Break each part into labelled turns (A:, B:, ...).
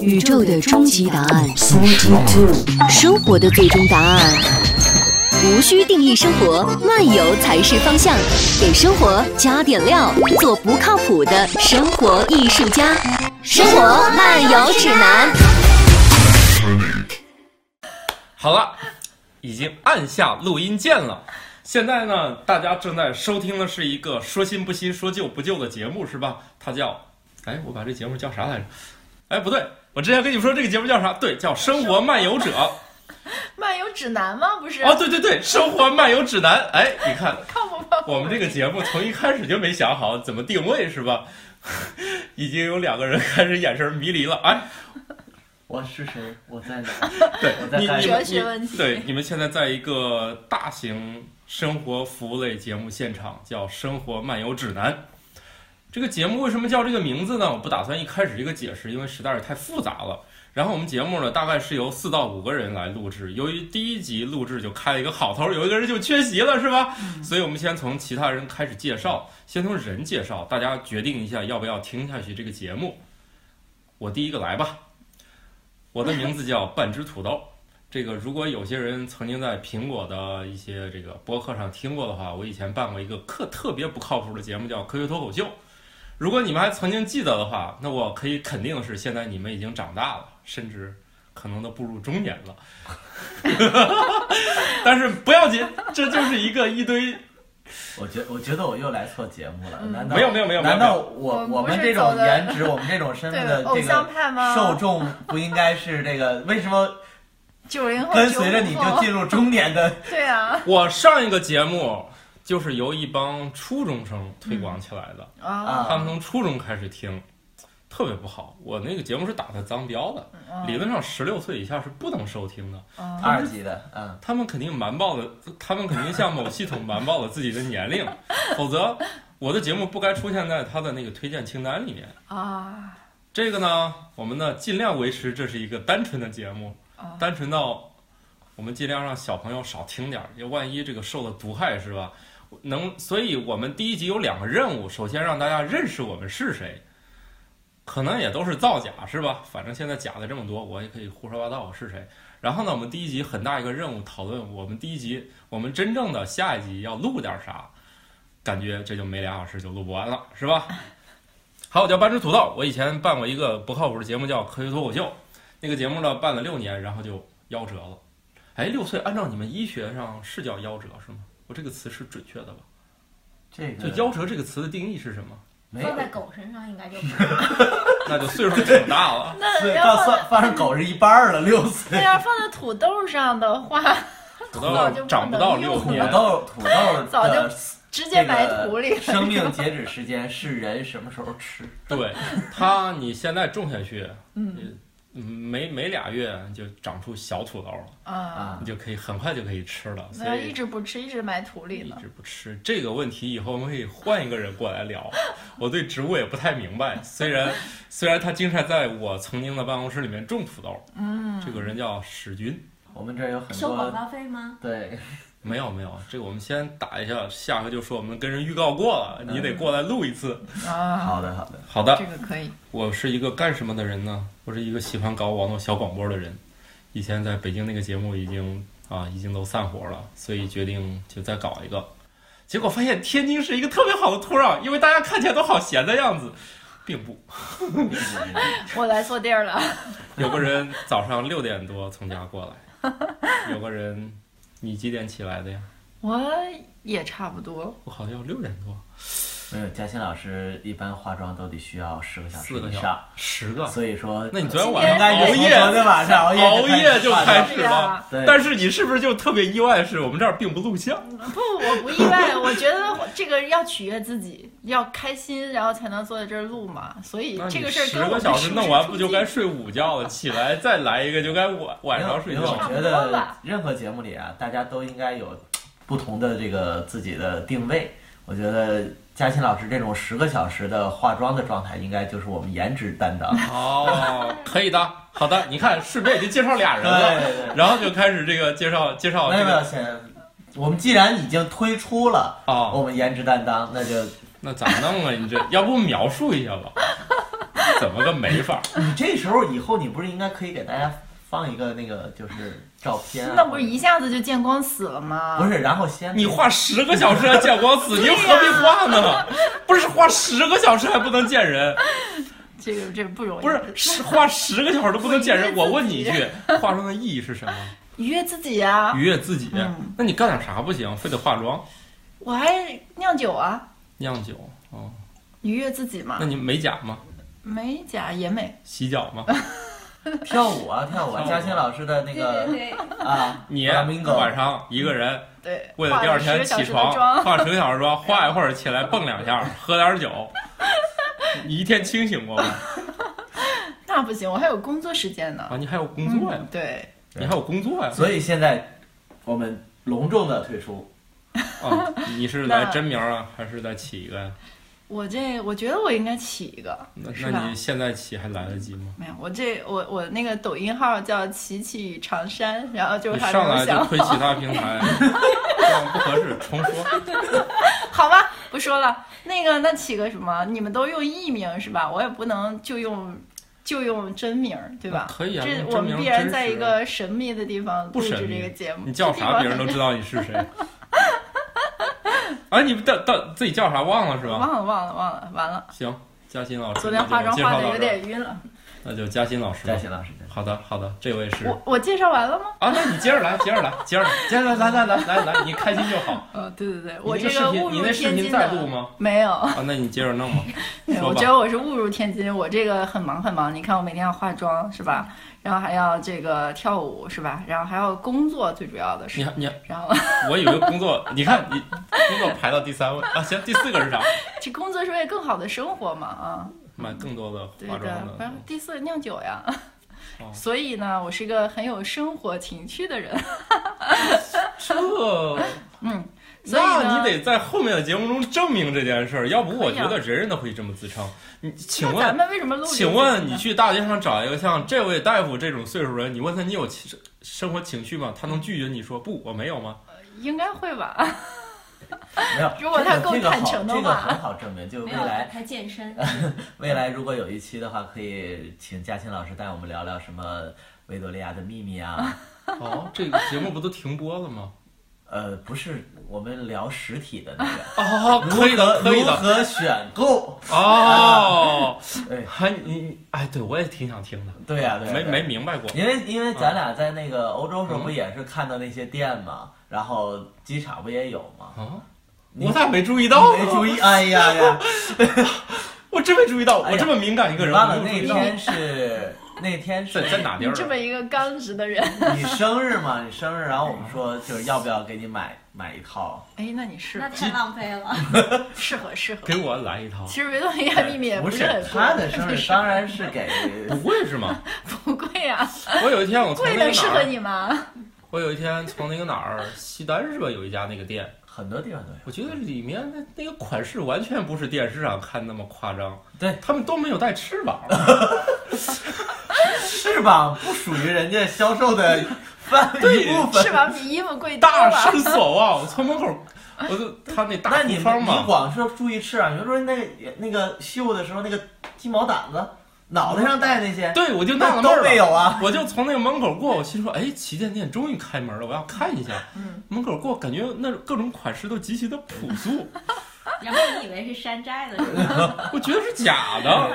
A: 宇宙的终极答案，生活的最终答案。无需定义生活，漫游才是方向。给生活加点料，做不靠谱的生活艺术家。生活漫游指南。
B: 好了，已经按下录音键了。现在呢，大家正在收听的是一个说新不新、说旧不旧的节目，是吧？它叫……哎，我把这节目叫啥来着？哎，不对，我之前跟你们说这个节目叫啥？对，叫《生活漫游者》。
C: 漫游指南吗？不是，
B: 哦，对对对，《生活漫游指南》。哎，你看，
C: 靠不靠谱？
B: 我们这个节目从一开始就没想好怎么定位，是吧？ 已经有两个人开始眼神迷离了。哎，
D: 我是谁？我在哪？
B: 对
D: 我在
B: 你
D: 干
B: 你
D: 什么
C: 哲
B: 们
C: 学问题
B: 对，你们现在在一个大型生活服务类节目现场，叫《生活漫游指南》。这个节目为什么叫这个名字呢？我不打算一开始一个解释，因为实在是太复杂了。然后我们节目呢，大概是由四到五个人来录制。由于第一集录制就开了一个好头，有一个人就缺席了，是吧？
C: 嗯
B: 所以我们先从其他人开始介绍，先从人介绍，大家决定一下要不要听下去这个节目。我第一个来吧，我的名字叫半只土豆。这个如果有些人曾经在苹果的一些这个播客上听过的话，我以前办过一个特特别不靠谱的节目，叫《科学脱口秀》。如果你们还曾经记得的话，那我可以肯定的是，现在你们已经长大了，甚至可能都步入中年了。 但是不要紧，这就是一个一堆
D: 我觉我觉得我又来错节目了。
C: 嗯
D: 难道
B: 没有没有没有没有
D: 难道
C: 我
D: 我
C: 们不
D: 我们
C: 是
D: 这种
C: 走的
D: 颜值，我们这种身份的
C: 对偶
D: 这
C: 像
D: 个
C: 派吗？
D: 受众不应该是这个？为什么
C: 九零后
D: 跟随着你就进
C: 入
D: 入中年 的？
C: 对啊
B: 我上一个节目就是由一帮初中生推广起来的，
C: 啊
B: 他们从初中开始听，特别不好。我那个节目是打的脏标的，
C: 哦
B: 理论上十六岁以下是不能收听的。
C: 啊！
D: 二级的，嗯，
B: 他们肯定瞒报了，他们肯定向某系统瞒报了自己的年龄，否则我的节目不该出现在他的那个推荐清单里面。
C: 啊
B: 这个呢，我们呢尽量维持这是一个单纯的节目，
C: 啊
B: 单纯到我们尽量让小朋友少听点儿，也万一这个受了毒害是吧？能，所以我们第一集有两个任务，首先让大家认识我们是谁，可能也都是造假是吧？反正现在假的这么多，我也可以胡说八道我是谁。然后呢，我们第一集很大一个任务讨论我们第一集，我们真正的下一集要录点啥，感觉这就没俩小时就录不完了是吧？好，我叫半只土豆，我以前办过一个不靠谱的节目叫《科学脱口秀》，那个节目呢办了六年，然后就夭折了。哎，六岁，按照你们医学上是叫夭折是吗？我这个词是准确的吧？
D: 这个
B: 就夭折这个词的定义是什么？
D: 没有
E: 放在狗身上应该就不是。
B: 那就岁数挺大 了。
C: 那
D: 对，
C: 要
D: 到
C: 放在
D: 算放上狗是一半儿了，六
C: 那
D: 岁。
C: 要放在土豆上的话，
B: 土
C: 早就
B: 豆长不到六
D: 土
B: 年，
D: 豆土豆
C: 早就
D: 的
C: 直接
D: 这
C: 埋土里
D: 个。 生命截止时间是人什么时候吃？
B: 对它，你现在种下去，
C: 嗯
B: 嗯没没俩月就长出小土豆了，
C: 啊，
D: 啊
B: 你就可以很快就可以吃了。所
C: 那要
B: 以
C: 一直不吃，一直埋土里
B: 一
C: 了。
B: 直不吃这个问题，以后我们可以换一个人过来聊。我对植物也不太明白，虽然虽然他经常在我曾经的办公室里面种土豆，
C: 嗯，
B: 这个人叫史军。
D: 我们这儿有很
E: 收广
D: 多
E: 告费吗？
D: 对，
B: 没有没有，这个我们先打一下，下回就说我们跟人预告过了，
D: 嗯
B: 你得过来录一次。
C: 啊，
D: 好的好 的，
B: 好的，
C: 这个可以。
B: 我是一个干什么的人呢？我是一个喜欢搞网络小广播的人。以前在北京那个节目已经啊，已经都散伙了，所以决定就再搞一个。结果发现天津是一个特别好的土壤，因为大家看起来都好闲的样子，并不。
C: 我来错地儿了。
B: 有个人早上六点多从家过来，有个人，你几点起来的呀？
C: 我也差不多，
B: 我好像六点多，
D: 没有嘉欣老师一般化妆都得需要十个小时
B: 四个
D: 以
B: 小
D: 上，
B: 时，十个。
D: 所以说
B: 那你昨天
D: 应
B: 晚上
D: 该
B: 熬
D: 是从
B: 夜
D: 昨天晚上熬夜
B: 熬夜就
D: 化妆
B: 开始
C: 是啊
B: 了，
D: 对
B: 但是你是不是就特别意外？是我们这儿并不录像。
C: 不，我不意外。我觉得我这个要取悦自己，要开心，然后才能坐在这儿录嘛。所以
B: 那
C: 这
B: 你
C: 个事儿
B: 十
C: 跟我
B: 个
C: 们
B: 小时
C: 是
B: 弄
C: 是
B: 完
C: 出
B: 不就
C: 镜
B: 该睡午觉了？起来再来一个就该晚晚上睡
D: 因为我
C: 差
B: 觉。
D: 觉
C: 不多
D: 得
C: 吧
D: 任何节目里啊，大家都应该有不同的这个自己的定位。我觉得嘉欣老师这种十个小时的化妆的状态，应该就是我们颜值担 当。
B: 哦， 可以的，好的。你看，顺便已经介绍俩人
D: 对
B: 了，
D: 对对，
B: 然后就开始这个介绍介绍
D: 没
B: 哦这
D: 有没有，
B: 个
D: 先我们既然已经推出了
B: 哦，
D: 我们颜值担当，那就
B: 那咋弄啊？你这要不描述一下吧？怎么个美法？
D: 你这时候以后你不是应该可以给大家放一个那个就是照片、啊？
C: 那不是一下子就见光死了吗？
D: 不是，然后先
B: 你画十个小时还见光死，你又何必画呢？不是画十个小时还不能见人，
C: 这个这个不容易，
B: 不是十画十个小时都不能见人。我问你一句，化妆的意义是什么？
C: 愉悦自己啊
B: 愉！悦自己
C: 嗯。
B: 那你干点啥不行？非得化妆、
C: 我还酿酒啊，
B: 酿酒哦？
C: 愉悦自己嘛
B: 那。你美甲吗？
C: 美甲也美，
B: 洗脚吗？
C: 啊
D: 跳舞啊跳舞啊！
B: 跳舞
D: 嘉欣老师的那
E: 对
D: 个
E: 对对，
D: 啊，
B: 你
D: Flamingo
B: 晚上一个人
C: 对。
B: 为了第二
C: 嗯化
B: 天
C: 了10个
B: 起
C: 小时的
B: 床
C: 妆，
B: 化十个小时妆，化一会儿起来蹦两 下，喝点酒。你一天清醒过吗？
C: 那不行，我还有工作时间呢。
B: 啊，你还有工作呀？
C: 嗯对，
B: 你还有工作呀？
D: 所以现在我们隆重的推出，
B: 啊，你是来
C: 那
B: 真名啊，还是再起一个呀？
C: 我这我觉得我应该起一个，
B: 那
C: 是
B: 那
C: 吧
B: 你现在起还来得及吗？
C: 没有，我这我我那个抖音号叫琪琪与长衫，然后就
B: 你
C: 还
B: 上来
C: 没
B: 就
C: 想
B: 推其他平台，这样不合适。重说，
C: 好吧，不说了。那个那起个什么？你们都用艺名是吧？我也不能就用就用真名儿对吧？
B: 可以啊
C: 这
B: 用真
C: 我们
B: 名儿
C: 必
B: 真
C: 然
B: 实
C: 在一个神秘的地方
B: 不
C: 录
B: 神
C: 制
B: 秘
C: 这个节目。
B: 你叫
C: 这地
B: 啥，
C: 方
B: 别人都知道你是谁。 啊，你们到到自己叫啥忘了是吧？
C: 忘了忘了忘了，完了。
B: 行，嘉欣老师，
C: 昨天化妆
B: 那就
C: 化的
B: 介绍
C: 有
B: 到这儿，
C: 点晕了。
B: 那就嘉欣老师吧
D: 嘉。欣老师，嘉欣
B: 好的，好的，这位是
C: 我我介绍完了吗？
B: 啊，那你接着来，接着来，接着来， 接着来，来来来来来，你开心就好。
C: 呃、对对对，
B: 你
C: 我
B: 那个
C: 这
B: 视频
C: 误
B: 你
C: 入
B: 那视
C: 天
B: 频
C: 津
B: 在录
C: 的。
B: 吗？
C: 没有，
B: 啊，那你接着弄吧。
C: 没有
B: 说
C: 我
B: 吧
C: 觉得我是误入天津，我这个很忙很忙。你看我每天要化妆是吧？然后还要这个跳舞是吧？然后还要工作，最主要的
B: 你
C: 是，
B: 还你还
C: 然后
B: 我以为工作，你看你工作排到第三位啊，行，第四个是啥？
C: 这工作是为更好的生活嘛啊，
B: 买更多的
C: 对
B: 化妆
C: 的。
B: 的
C: 然后第四酿酒呀，
B: 哦
C: 所以呢，我是一个很有生活情趣的人，
B: 这，
C: 嗯，所以
B: 那
C: 呢
B: 你得在后面的节目中证明这件事儿，要不我
C: 可以
B: 觉
C: 啊
B: 得人人都会这么自称。你请
C: 那咱
B: 问，
C: 们为什么录这个节
B: 请
C: 目呢？
B: 问你去大街上找一个像这位大夫这种岁数人，你问他你有情生活情趣吗？他能拒绝你说不，我没有吗？
C: 应该会吧？
D: 没有，
C: 如果他够
D: 这个
C: 坦诚的
D: 这个好
C: 话
D: 这个很好证明，就未
E: 没有
D: 来
E: 他健 身，
D: 未来如果有一期的话，可以请嘉欣老师带我们聊聊什么维多利亚的秘密 啊。
B: 哦，这个节目不都停播了吗？
D: 呃，不是，我们聊实体的 那个，
B: 哦，可以的，
D: 如何
B: 可以
D: 如
B: 的。
D: 何选购？
B: 哦，
D: 对
B: 还你你哎，对我也挺想听的，
D: 对呀、对呀、
B: 没
D: 对呀
B: 没明白过。
D: 因为因
B: 嗯
D: 为咱俩在那个欧洲时候不也是看到那些店嘛，然后机场不也有吗？
B: 啊，
D: 你
B: 我咋没注意到？啊
D: 没注意，哎呀呀！
B: 我真没注意到，
D: 哎呀
B: 我这么敏感一个人，
D: 忘
B: 我
D: 了
B: 没
D: 那
B: 有注意到。
D: 天是那天是
B: 在在哪
C: 你
B: 地儿
C: 这
B: 啊？
C: 么一个刚直的人，
D: 你生日嘛，你生日，然后我们说就是要不要给你买买一套？
C: 哎，那你是
E: 那太浪费了。
C: 适合适合。
B: 给我来一套，
C: 其实维多利亚秘密也
D: 不
C: 哎是很贵
D: 他的生日 当然是给
B: 不贵是吗？
C: 不贵啊，
B: 我有一天我从
C: 贵
B: 那
C: 的
B: 个
C: 适
B: 哪
C: 合
B: 儿，
C: 你吗？
B: 我有一天从那个哪儿西单是吧，有一家那个店，
D: 很多地方都有。
B: 我觉得里面那那个款式完全不是电视上看那么夸张，
D: 对，
B: 他们都没有带翅膀，
D: 翅膀不属于人家销售的范围一
B: 对
D: 部
C: 是
D: 分。
C: 吧？比衣服贵多
B: 大
C: 了。
B: 失所望。我从门口，我 就他那
D: 那
B: 大
D: 你
B: 裤
D: 你
B: 方嘛，
D: 光说注意翅膀，你说那个那个绣的时候那个鸡毛掸子，脑袋上戴那些，
B: 对我就纳了
D: 那
B: 闷
D: 都
B: 儿了
D: 没。有啊。
B: 我就从那个门口过，我心说，哎，旗舰店终于开门了，我要看一下。
C: 嗯
B: 门口过，感觉那各种款式都极其的朴素，
E: 然后你以为是山寨的，是吧？
B: 我觉得是假 的。
C: 啊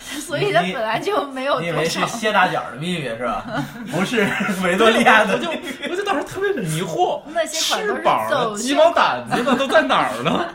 C: 所以它
D: 你
C: 本来就没有
D: 你以为
C: 多
D: 是
C: 少。
D: 谢大脚的秘密是吧？ 不是 维多利亚
B: 我
D: 的
B: 就
D: 秘密。
B: 我就当时特别的迷惑，
C: 那些款
B: 翅
C: 都是
B: 膀
C: 走
B: 呢、鸡
C: 秀
B: 毛
C: 款
B: 掸子呢都在哪儿 呢？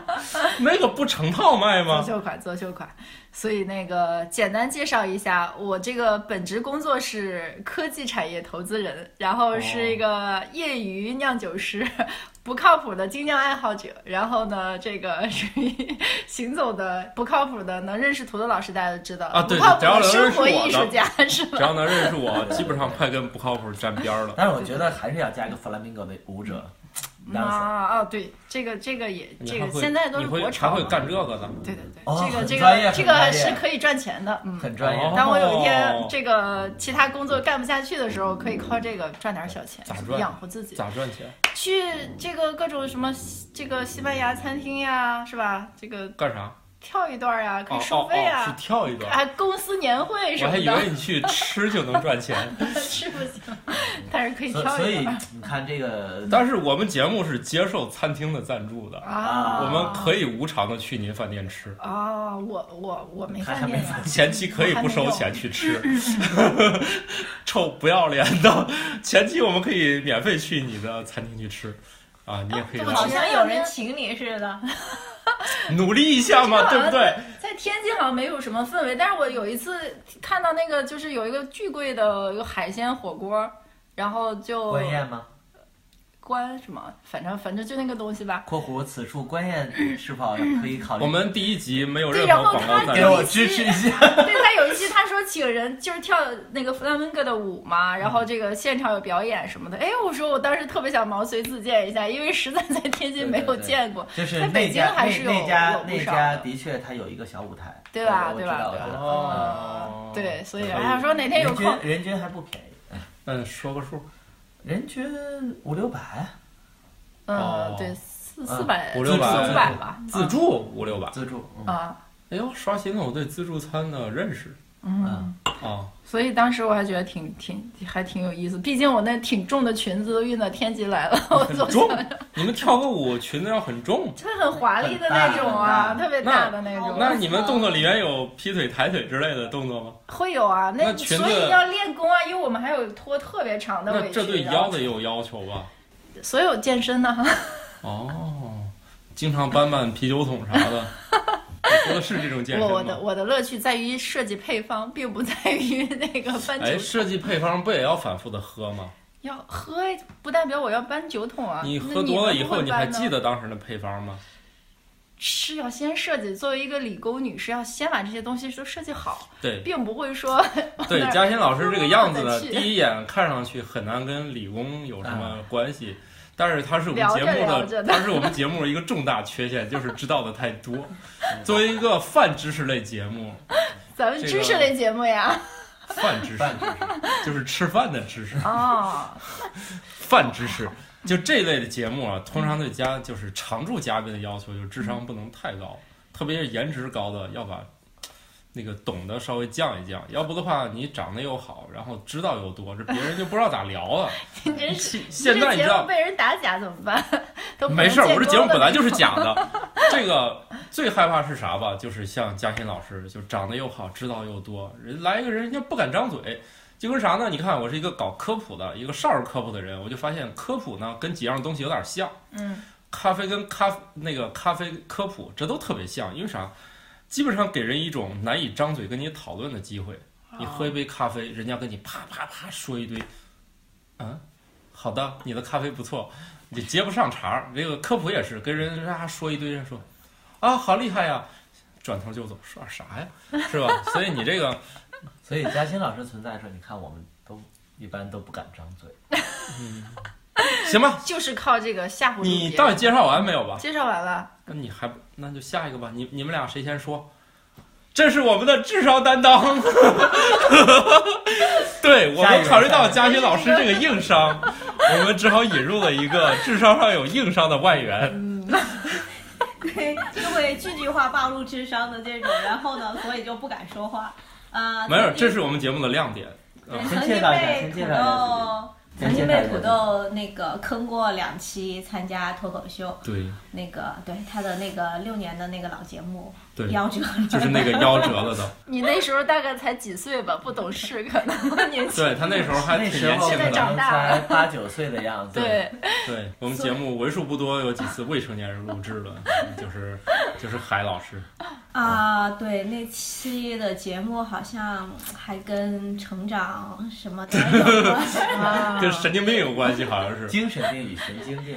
B: 那个不成套卖
C: 做
B: 吗？
C: 秀款，做秀款。所以那个简单介绍一下，我这个本职工作是科技产业投资人，然后是一
B: 哦
C: 个业余酿酒师， 不靠谱的精酿爱好者。然后呢，这个 属于行走的不靠谱的，能认识图图老师大家都知道
B: 啊对
C: 不靠谱
B: 只要
C: 的
B: 能
C: 生
B: 认识
C: 活
B: 我
C: 艺
B: 的
C: 术家是 吧？
B: 只要能认识我，基本上快跟不靠谱沾边儿了。
D: 但是我觉得还是要加一个弗拉明戈的舞者
C: 啊
D: ，dancer。
C: 啊，对，这个这个也
B: 你
C: 这
B: 还
C: 个
B: 会
C: 现在都
B: 你
C: 是
B: 会
C: 国
B: 还
C: 潮
B: 会
C: 嘛，
B: 干这个呢？
C: 对对对，
D: 哦
C: 这个
D: 很
C: 这
D: 专业
C: 个这
D: 很专
C: 个
D: 业
C: 是可以赚钱的，嗯。
D: 很专业，
B: 哦
C: 当我有一天这个其他工作干不下去的时候，可以靠这个赚点小钱
B: 咋赚，
C: 养活自己。
B: 咋赚钱？
C: 去这个各种什么西这个西班牙餐厅呀，是吧？这个
B: 干啥？
C: 跳一段呀、啊，可
B: 哦
C: 以收
B: 哦
C: 费
B: 哦，是
C: 啊，
B: 跳一段，
C: 啊，公司年会什
B: 我还
C: 么
B: 以
C: 的，
B: 为你去吃就能 赚钱。
C: 是不行，但是可以
D: 所
C: 跳
D: 所
C: 一
D: 以
C: 段
D: 你看这个，
B: 但是我们节目是接受餐厅的赞助的，
C: 啊。
B: 我们可以无偿的去您饭店吃，
C: 啊，我我我没
D: 还
C: 饭店
D: 没
C: 呀，
B: 前期可以不收钱去吃， 臭不要脸的，前期我们可以免费去你的餐厅去吃，啊，你也可以
C: 不
E: 好
B: 来
C: 行
E: 像有人请你似的。
B: 努力一下嘛，对不对？
C: 在天津好像没有什么氛围，但是我有一次看到那个就是有一个巨贵的有海鲜火锅，然后就
D: 关键吗？
C: 关什么，反正反正就那个东西吧。
D: 括弧此处关键是否 可以考虑？
B: 我们第一集没有
C: 对
B: 任
C: 然
B: 何
C: 后
B: 广告
C: 他
B: 赞
D: 给
B: 助，
D: 我支持一下。
C: 对他有一期他说请人就是跳那个 flamenco 的舞嘛，然后这个现场有表演什么的。哎，我说我当时特别想毛遂自荐一下，因为实在在天津没有见过。
D: 就是
C: 在北
D: 那
C: 京
D: 家
C: 还
D: 那
C: 是有
D: 那家
C: 有不
D: 那
C: 少
D: 家
C: 的
D: 的确，它有一个小舞台，
C: 对吧
D: 我我
C: 对
D: 知
C: 吧
D: 道，我
C: 对
D: 知
C: 吧
D: 道。
B: 哦
C: 对，所以
B: 可以
C: 哎呀，说哪天有
D: 人
C: 空
D: 均人均还不便宜，
B: 嗯，说个数，
D: 人均五六百
B: 哦
C: 嗯，对，四四百
B: 五
C: 四
B: 六
C: 五
B: 百
C: 百吧，
B: 自助五六百。
D: 自助。嗯
C: 啊，
B: 哎呦，刷新了我对自助餐的认识
C: 嗯
D: 嗯。
B: 啊！
C: 所以当时我还觉得挺挺还挺有意思，毕竟我那挺重的裙子都运到天津 来了，我
B: 很
C: 总
B: 重
C: 想，
B: 你们跳个舞裙子要很重，
C: 就很华丽的那种啊，
D: 很大
C: 特别大的那种，
B: 那你们动作里面有劈腿、抬腿之类的动作吗？
C: 会有啊，
B: 那裙子
C: 所以要练功啊，因为我们还有拖特别长的
B: 那
C: 围裙，
B: 这对腰的也有要求吧？
C: 然后所有健身呢，
B: 哦，经常搬搬啤酒桶啥 的，你说的是这种健
C: 我
B: 身
C: 我的
B: 吗？
C: 我的乐趣在于设计配方，并不在于那个搬酒
B: 哎，设计配方不也要反复的喝吗？
C: 要喝，不代表我要搬酒桶啊，
B: 你
C: 那
B: 喝多了以后，
C: 们
B: 你
C: 不会搬
B: 还
C: 呢
B: 记得当时的配方吗？
C: 是要先设计，作为一个理工女是要先把这些东西都设计好，
B: 对
C: 并不会说
B: 对，
C: 那儿
B: 嘉欣老师这个样子
C: 慢
B: 呢，
C: 慢地去
B: 第一眼看上去很难跟理工有什么关系，但是他是我们
C: 聊
B: 节
C: 着
B: 目
C: 啊聊着
B: 的，
C: 的
B: 他是我们节目的一个重大缺陷，就是知道的太 多。作为一个泛知识类节目，
C: 咱们知识类节目呀。
B: 泛知识
D: 饭吃什么
B: 就是吃饭的知识，
C: 哦，
B: 泛知识。就这类的节目啊，通常对嘉就是常驻嘉宾的要求，就是智商不能太高，特别是颜值高的，要把那个懂得稍微降一降，要不的话你长得又好，然后知道又多，这别人就不知道咋聊了。
C: 哎你真是
B: 现现在
C: 这
B: 你知
C: 节目
B: 道
C: 被人打假怎么办？都不能
B: 没事儿，
C: 见
B: 我这节目
C: 光
B: 本
C: 了
B: 来就是假的。这个最害怕是啥吧？就是像嘉欣老师，就长得又好，知道又多，人来一个人人家不敢张嘴，就跟啥呢？你看我是一个搞科普的，一个少儿科普的人，我就发现科普呢跟几样东西有点像，
C: 嗯，
B: 咖啡跟咖那个咖啡科普这都特别像，因为啥？基本上给人一种难以张嘴跟你讨论的机会。
C: 啊
B: 你喝一杯咖啡，人家跟你啪啪啪说一堆，嗯，好的，你的咖啡不错，你接不上茬儿。这个科普也是跟人家说一堆，人说啊，好厉害呀，转头就走，说点啥呀，是吧？所以你这个，
D: 所以嘉欣老师存在的时候，你看我们都一般都不敢张嘴。
B: 嗯，行吧，
C: 就是靠这个吓唬住
B: 你
C: 别
B: 到底
C: 人
B: 介绍完没有吧？
C: 介绍完了，
B: 那你还不那就下一个吧，你你们俩谁先说？这是我们的智商担当， 对我
D: 下一
B: 们
D: 个
B: 考虑到
D: 下
B: 嘉欣老师这个硬伤，我们只好引入了一个智商上有硬伤的外援。
E: 对，就会句句话暴露智商的这种，然后呢，所以就不敢说话啊。
B: 没有，
E: 曾经
B: 这是我们节目的亮点。
E: 对
D: 嗯
E: 曾
D: 先
E: 经
D: 介绍一下
E: 被
D: 先
E: 土
D: 介绍一下
E: 豆，
D: 先
E: 曾经
D: 介绍一
E: 被
D: 下
E: 土豆那个坑过两期参加脱口秀，
B: 对
E: 那个对他的那个六年的那个老节目
B: 对，
E: 夭 折了，
B: 就是那个夭折了的。
C: 你那时候大概才几岁吧，不懂事，可 能年轻。
B: 对他那时候还
D: 那
B: 挺
D: 时
B: 年
D: 候我
B: 轻
D: 们
B: 的。
D: 才八九岁的样子，
C: 对，
B: 对我们节目为数不多有几次未成年人录制的，就是就是海老师。
E: 啊，对，那期的节目好像还跟成长什么的有 关。
C: 啊
B: 跟神经病有关系，好像是。
D: 精神病与神经病。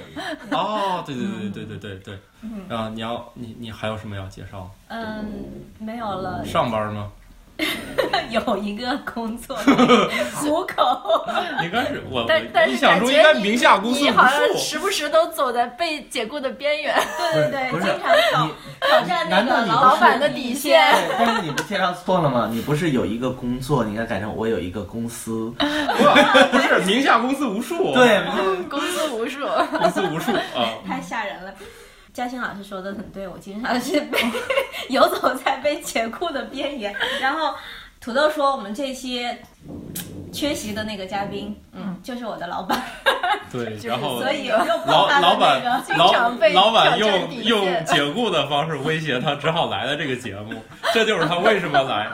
B: 哦，对对对对对对对
E: 嗯
B: 对。啊，你要你你还有什么要介绍？
E: 嗯，没有了，
B: 上班吗？
D: 嗯
E: 有一个工作 糊口。
B: 应该是我，
C: 但
B: 我
C: 但
B: 印
C: 是
B: 象
C: 感
B: 中
C: 觉
B: 应该
C: 你
B: 名下公司
C: 你
B: 无
C: 好像
B: 数。
C: 时不时都走在被解雇的边缘。
E: 对
D: 不是
E: 对
D: 不
E: 对，
D: 是
E: 经常挑挑战那
D: 难道
E: 个
D: 你
E: 老
D: 不是
E: 板的底线。
D: 对，但是你不介绍错了吗？你不是有一个工作，你应该改成我有一个公 司。
B: 不不是名下公司无数，，啊
D: 对，
C: 公司无数，
E: 嗯
B: 公司无数啊。
E: 太吓人了。嘉欣老师说的很对，我经常是被游走在被解雇的边缘。然后土豆说，我们这期缺席的那个嘉宾，嗯，哦就是我的老板，
B: 对，
C: 是
B: 然后
E: 所以又爆
B: 老
E: 发
B: 老
E: 了那
B: 板
E: 个。
C: 经
B: 老
C: 常被
B: 老板
C: 挑战
B: 用
C: 底线
B: 用解雇的方式威胁他，只好来了这个节目。这就是他为什么来。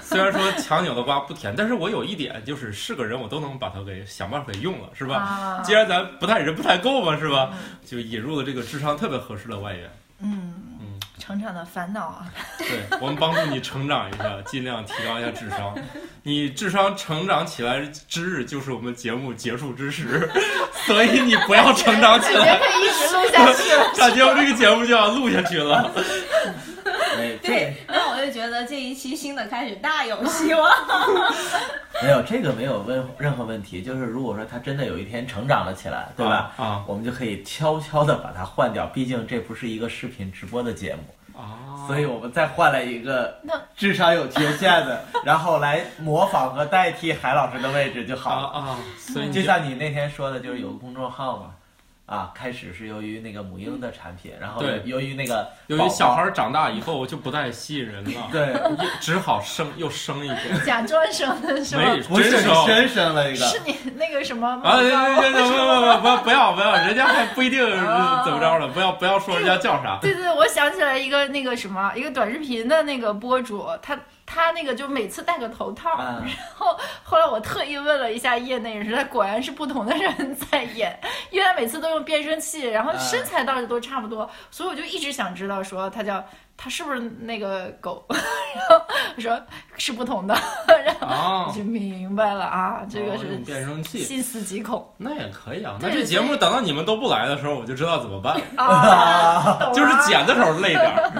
B: 虽然说强扭的瓜不甜，但是我有一点就是是个人，我都能把他给想办法给用了，是吧？
C: 啊，
B: 既然咱不太人不太够嘛，是吧？就引入了这个智商特别合适的外援。
C: 嗯
B: 嗯，
C: 成长的烦恼啊，
B: 对 我们帮助你成长一下，尽量提高一下智 商。你智商成长起来之日，就是我们节目结束之时， 所以你不要成长起
C: 感觉
B: 来，
C: 可以一直录下 去了。
B: 感觉我这个节目就要录下去了。
D: 没
E: 对，那我就觉得这一期新的开始大有希望。
D: 没有这个没有问任何问题，就是如果说他真的有一天成长了起来，对吧？
B: 啊啊
D: 我们就可以悄悄的把它换掉，毕竟这不是一个视频直播的节目，
B: 啊
D: 所以我们再换来一个
C: 那
D: 智商有缺陷 的，然后来模仿和代替海老师的位置就
B: 啊
D: 好了。
B: 啊，所以你
D: 就像你那天说的，就是有个公众号嘛。啊，开始是由于那个母婴的产品，然后
B: 对
D: 由于那个
B: 由
D: 宝
B: 于
D: 宝
B: 小孩儿长大以后就不太吸引人 了，
D: 对，
B: 也只好生又生一个，
C: 假装生的 是吗
B: 没？
D: 不是
B: 真
D: 你
B: 生。
D: 真生了一个，
C: 是你那个什么
B: 啊，
C: 梦
B: 行
C: 到
B: 行
C: 我？
B: 行行，不不不，不要不要，人家还不一定
C: 啊
B: 呃怎么着了，不要不要说人家叫 啥，
C: 对对，我想起来一个那个什么，一个短视频的那个博主，他他那个就每次戴个头套，
B: 嗯
D: 啊，
C: 后来我特意问了一下业内人士，他果然是不同的人在演，因为他每次都用变声器，然后
D: 嗯
C: 身材倒是都差不多，所以我就一直想知道说他叫他是不是那个狗， 然后我说是不同的，然后
B: 啊
C: 我，就明白了啊，这个
B: 哦用
C: 是
B: 变声器，
C: 细思极恐
B: 那也可以啊。那
C: 对
B: 这节目等到你们都不来的时候，我就知道怎么办，
C: 啊，懂了
B: 就是剪的时候累 点儿，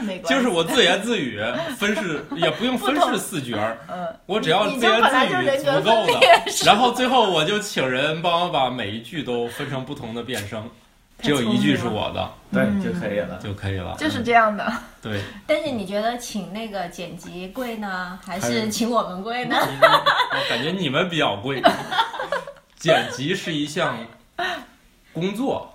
C: 没关系，
B: 就是我自言自语，分饰也不用分
C: 不
B: 饰
C: 同
B: 四角儿，
C: 嗯，
B: 我只要
C: 你
B: 自
C: 你
B: 言
C: 就本来就
B: 自语
C: 人
B: 足
C: 格
B: 够
C: 分
B: 了。
C: 裂 是吧，
B: 然后最后我就请人帮我把每一句都分成不同的变声，只有一句是我的
D: 对就可以了。
B: 就可以了。
C: 就是这样的，
B: 对，
E: 但是你觉得请那个剪辑贵呢，还
B: 还是
E: 是请我们贵 呢？
B: 我感觉你们比较贵。剪辑是一项工作，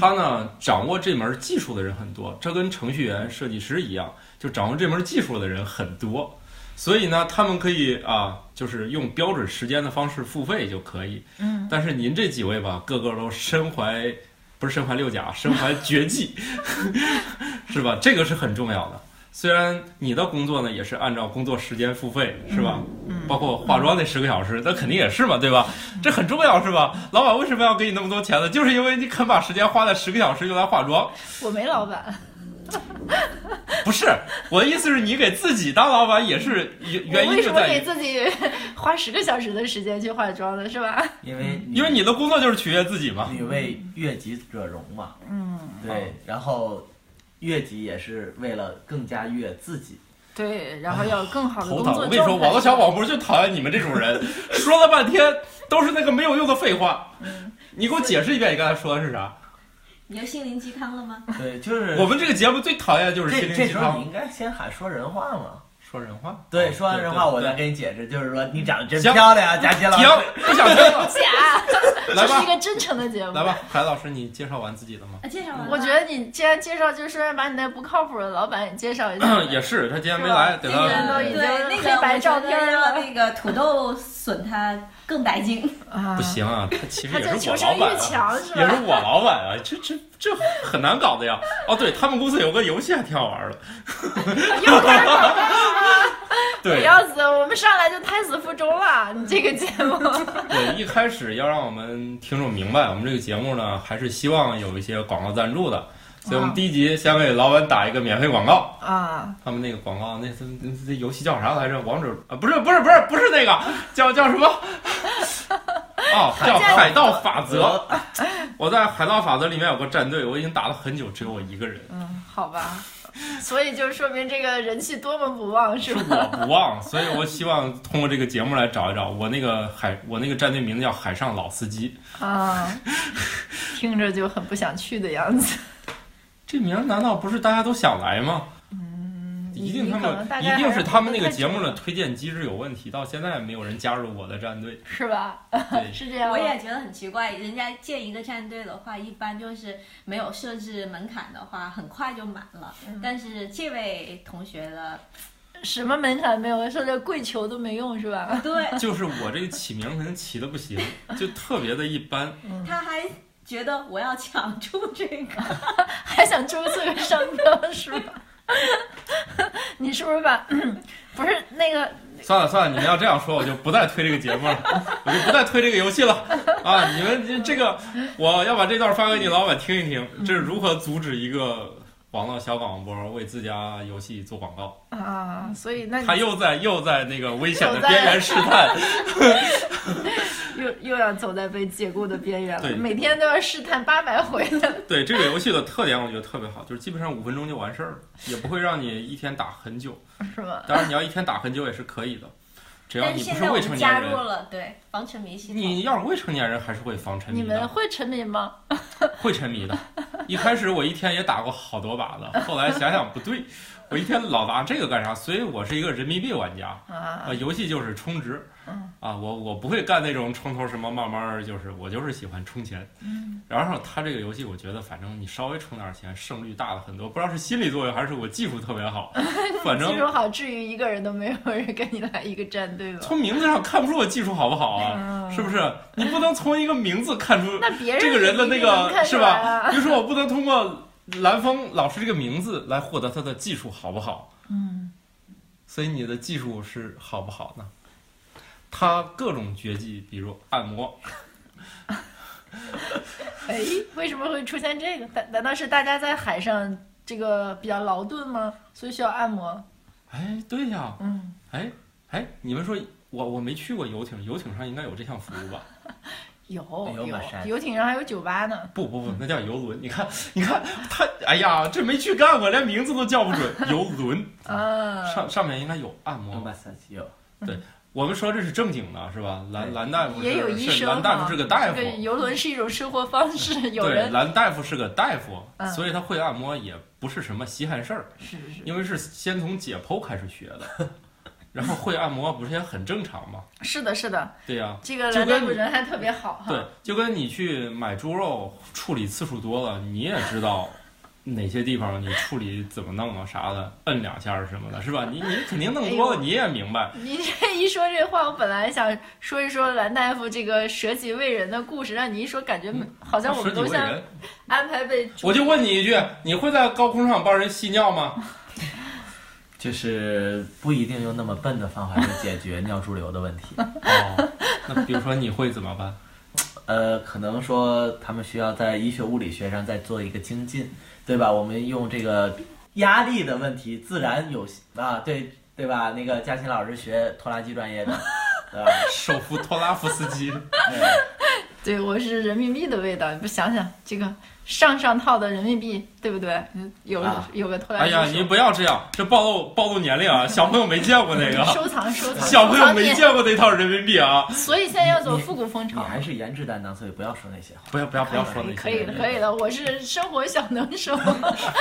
B: 它呢掌握这门技术的人很多，这跟程序员、设计师一样，就掌握这门技术的人很多。所以呢，他们可以啊，就是用标准时间的方式付费就可以。
C: 嗯，
B: 但是您这几位吧，个个都身怀不是身怀六甲，身怀绝技， 是吧？这个是很重要的。虽然你的工作呢也是按照工作时间付费，是吧？
C: 嗯
B: 包括化妆那十个小时，那肯定也是嘛，对吧？这很重要是吧？老板为什么要给你那么多钱呢？就是因为你肯把时间花在十个小时用来化妆。
C: 我没老板，
B: 不是，我的意思是你给自己当老板也是原
C: 我
B: 原因
C: 为什
B: 就
C: 么
B: 在
C: 给
B: 于，
C: 自己 花十个小时的时间去化妆呢？是吧？
D: 因为
B: 因为你的工作就是取悦自己嘛。
D: 你为悦己者容嘛，
C: 嗯，
D: 对，然后悦己也是为了更加悦自己。
C: 对，然后要有更好的
B: 头
C: 工
B: 疼，
C: 作
B: 我
C: 状
B: 跟
C: 态。
B: 你说，网络小广播就讨厌你们这种人，说了半天都是那个没有用的废话。
C: 嗯
B: 你给我解释一遍，你刚才说的是啥？
E: 你就心灵鸡汤了吗？
D: 对，就是
B: 我们这个节目最讨厌的就是心
D: 这
B: 灵
D: 这
B: 鸡
D: 时候你
B: 汤，
D: 应该先喊说人话嘛。
B: 说人话。
D: 哦
B: 哦
D: 对，说完人话我再
B: 给
D: 给你解释，就是说你长得真
B: 行
D: 漂亮啊，佳琪老
B: 停
D: 师。，
B: 不想 听了，
C: 假， 这
B: 来
C: 是一
B: 吧，
C: 个真诚的节目。
B: 来吧，海老师，你介绍完自己了吗？。
E: 啊，介绍完了。
C: 我觉得你既然介绍，就顺便把你那不靠谱的老板也介绍一下
B: 嗯也是，他今天
C: 是
B: 没
C: 吧
B: 来，给
C: 这
B: 他
C: 个人都已经
E: 对那
C: 黑
E: 个
C: 白照片
E: 我觉得
C: 了
E: 要那个土豆损他更带劲。
C: 啊
B: 不，行啊，他其实
C: 他
B: 也
C: 这
B: 是我
C: 求
B: 老
C: 生
B: 板、
C: 欲
B: 啊，
C: 强是
B: 也是
C: 吧？
B: 我老板啊，这这这很难搞的呀。哦，对他们公司有个游戏还挺好 玩的，
C: 又开始搞这个了
B: 对
C: 要死！我们上来就胎死腹中了，你这个节 目。
B: 对，一开始要让我们听众明白，我们这个节目呢还是希望有一些广告赞助的，所以我们
C: 啊
B: 第一集先为老板打一个免费广告。
C: 啊，
B: 他们那个广告，那那那那游戏叫啥来着？王者啊，不是不是不是不是那个，叫叫什么？哦，叫海盗法则。我在海盗法则里面有个战队，我已经打了很久，只有我一个人，
C: 嗯，好吧，所以就说明这个人气多么不旺，是
B: 是
C: 吧？
B: 我不忘，所以我希望通过这个节目来找一找我那个海，我那个战队名字叫海上老司机，
C: 啊，听着就很不想去的样子。
B: 这名儿难道不是大家都想来吗？一定他
C: 你可能大
B: 们
C: 概
B: 一定是他们那个节目
C: 还是
B: 的
C: 不
B: 推荐机制有问题，到现在没有人加入我的 战队。
C: 是吧？
B: 对，
C: 是这样吗。
E: 我也觉得很奇怪，人家建一个战队的话，一般就是没有设置门槛的话，很快就满了。
C: 嗯
E: 但是这位同学的，
C: 什么门槛没有，说这跪求都没用是吧？
E: 对，
B: 就是我这个起名可能起的不行，就特别的一般。
E: 他还觉得我要抢注这个，
C: 还想注册个商标是吧？ 你是不是把不是那个
B: 算了算了，你们要这样说，我就不再推这个节目了，我就不再推这个游戏了啊！你们这这个，我要把这段发给你老板听一听，这是如何阻止一个网络小广播为自家游戏做广告？
C: 啊？所以那
B: 他
C: 你
B: 又在又在那个危险的边缘试探，
C: 又又要走在被解雇的边缘了
B: 对，
C: 每天都要试探八百回。
B: 对这个游戏的特点，我觉得特别好，就是基本上五分钟就完事儿了，也不会让你一天打很久。
C: 是 吗？
B: 当然，你要一天打很久也是可以的，只要
E: 但
B: 你
E: 是
B: 不
E: 现
B: 是
E: 在我
B: 未成
E: 们加
B: 年
E: 入
B: 人。
E: 了对防沉迷系统，
B: 你要是未成年人，还是会防沉
C: 你
B: 迷
C: 们
B: 的，
C: 会沉迷吗？
B: 会沉迷的。一开始我一天也打过好多把了，后来想想不对，我一天老打这个干啥？所以我是一个人民币玩家，
C: 啊
B: 啊，，游戏就是充值，
E: 嗯
B: 啊，我我不会干那种冲头什么，慢慢儿就是我就是喜欢充钱。
C: 嗯
B: 然后他这个游戏，我觉得反正你稍微充点儿钱，胜率大了很多。不知道是心理作用还是我技术特别好，反
C: 技
B: 正
C: 术好，至于一个人都没有人跟你来一个战队吗？
B: 从名字上看不出我技术好不好啊，是不是？你不能从一个名字看出
C: 嗯那别人
B: 这个人的那
C: 一定能
B: 个
C: 看
B: 是
C: 出来啊
B: 吧？比如说，我不能通过蓝峰老师这个名字来获得他的技术好不好？
C: 嗯，
B: 所以你的技术是好不好呢？他各种绝技，比如按摩，
C: 哎，为什么会出现这个？难难道是大家在海上这个比较劳顿吗？所以需要按摩？
B: 哎，对呀，
C: 嗯，
B: 哎哎，你们说我我没去过游艇，游艇上应该有这项服务吧？
C: 有
D: 有马
C: 有，
D: 山
C: 游艇上还有酒吧呢。
B: 不不不，那叫游轮。你看，你看他，哎呀，这没去干过，连名字都叫不 准。游轮
C: 啊，
B: 上上面应该有按摩
D: 嗯
B: 吧？
D: 马萨奇有
B: 我们说这是正经的，是吧？蓝
D: 对
B: 蓝大夫是
C: 也有医
B: 是
C: 生
B: 蓝大
C: 嘛，
B: 夫是个大夫
C: 这，游轮是一种生活方式，有
B: 对，
C: 人
B: 蓝大夫是个大夫，
C: 嗯
B: 所以他会按摩也不是什么稀罕事儿，
C: 是是是
B: 因为是先从解剖开始学的，然后会按摩不是也很正常吗？
C: 是的，是的，
B: 对呀、
C: 这个
B: 就
C: 蓝
B: 跟
C: 带骨人还特别好
B: 对
C: 哈。，
B: 就跟你去买猪肉，处理次数多了，你也知道哪些地方你处理怎么弄啊啥的，摁两下儿什么的，是吧？你你肯定弄多
C: 哎
B: 了，你也明白。
C: 你这一说这话，我本来想说一说蓝大夫这个舍己为人的故事，让你一说，感觉好像我
B: 十
C: 们
B: 几
C: 都
B: 位
C: 像
B: 人，
C: 安排被
B: 我就问你一句，你会在高空上帮人吸尿 吗？
D: 就是不一定用那么笨的方法去解决尿潴留的问题。
B: 哦，那比如说你会怎么办？
D: 呃，可能说他们需要在医学物理学上再做一个精进，对吧？我们用这个压力的问题，自然有啊，对对吧？那个嘉欣老师学拖拉机专业的，对吧？
B: 手扶拖拉夫斯 基，
D: 对
C: 对我是人民币的味道，你不想想这个上上套的人民币，对不对？有
D: 啊
C: 有个拖拉
B: 哎
C: 机
B: 呀，
C: 手
B: 您不要这样，这暴露暴露年龄啊！小朋友没见过那个，
C: 收藏收藏，
B: 啊小朋友
C: 收
B: 没
C: 藏
B: 见过那套人民币啊！
C: 所以现在要走复古风
D: 你
C: 潮。
D: 还是颜值担当，所以不要说那些话。
B: 不要不要不要说那些，
C: 可以的，可以的，我是生活小能手。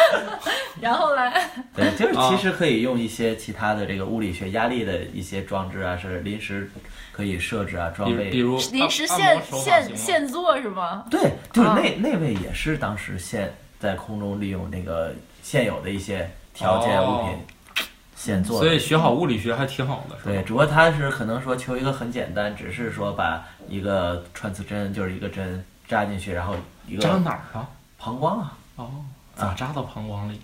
C: 然后呢？
D: 对，就是
B: 啊
D: 其实可以用一些其他的这个物理学压力的一一些装置啊，是临时可以设置啊，装
B: 比如比
D: 备。
B: 如
C: 临时
B: 按按
C: 现
B: 摩手法行
C: 现
B: 吗
C: 现做是吗？
D: 对，就是
C: 啊
D: 那那位也是当时现在空中利用那个现有的一些条件
B: 哦
D: 物品现做的。
B: 所以学好物理学还挺好的，是
D: 对，
B: 吧？
D: 只不过他是可能说求一个很简单，只是说把一个穿刺针，就是一个针扎进去，然后一
B: 扎
D: 个
B: 哪儿啊？
D: 膀胱啊，
B: 哦，咋扎到膀胱里？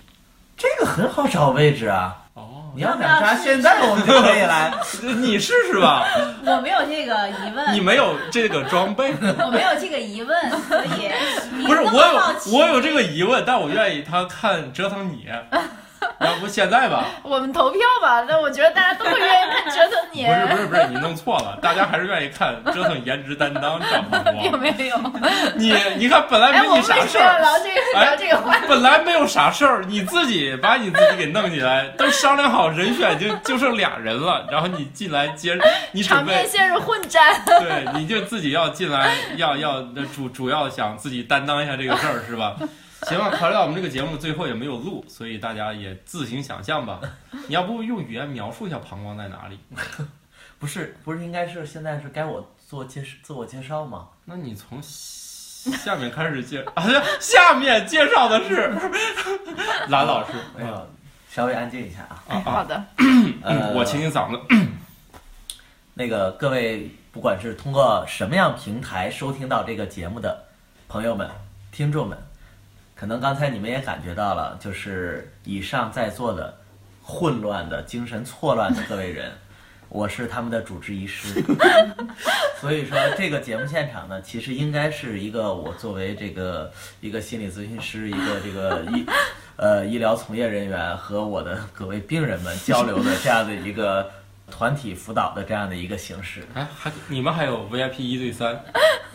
D: 这个很好找位置啊。
B: 哦，
D: 你要想扎，现在我们就可以 来。
B: 你试 试吧，
E: 我没有这个疑问，
B: 你没有这个装备，
E: 我没有这个疑问， 所以你
B: 不是
E: 那么好
B: 我
E: 奇
B: 有我有这个疑问，但我愿意他看折腾 你，要不现在吧？
C: 我们投票吧，那我觉得大家都会愿意看折腾
B: 不
C: 你。
B: 是不是不是，你弄错了，大家还是愿意看折腾颜值担当长膀
C: 并
B: 胱。
C: 没有。
B: 你你看本来
C: 哎，我
B: 没
C: 们为
B: 你啥
C: 什
B: 事
C: 么要
B: 儿，
C: 聊这个
B: 哎
C: 聊这个话？
B: 本来没有啥事儿，你自己把你自己给弄进来，都商量好人选就就剩俩人了，然后你进来 接，你
C: 场
B: 准备
C: 面陷入混战。
B: 对， 你就自己要进来，要要主主要想自己担当一下这个事儿是吧？行啊，考虑到我们这个节目最后也没有录，所以大家也自行想象 吧。你要不用语言描述一下膀胱在哪里？
D: 不是不是，应该是现在是该我做介自我介绍吗？
B: 那你从下面开始介 啊，下面介绍的是 蓝老师。
D: 哎呀，稍微安静一下啊。
C: 哎，好的，
D: 呃，
B: 嗯我清清嗓子。
D: 那个各位，不管是通过什么样平台收听到这个节目的朋友们、听众们，可能刚才你们也感觉到了，就是以上在座的混乱的、精神错乱的各位人，我是他们的主治医师。 所以说，这个节目现场呢，其实应该是一个我作为这个一个心理咨询师，一个这个医呃医疗从业人员和我的各位病人们交流的这样的一个团体辅导的这样的一个形式。
B: 哎，还你们还有 VIP 一对三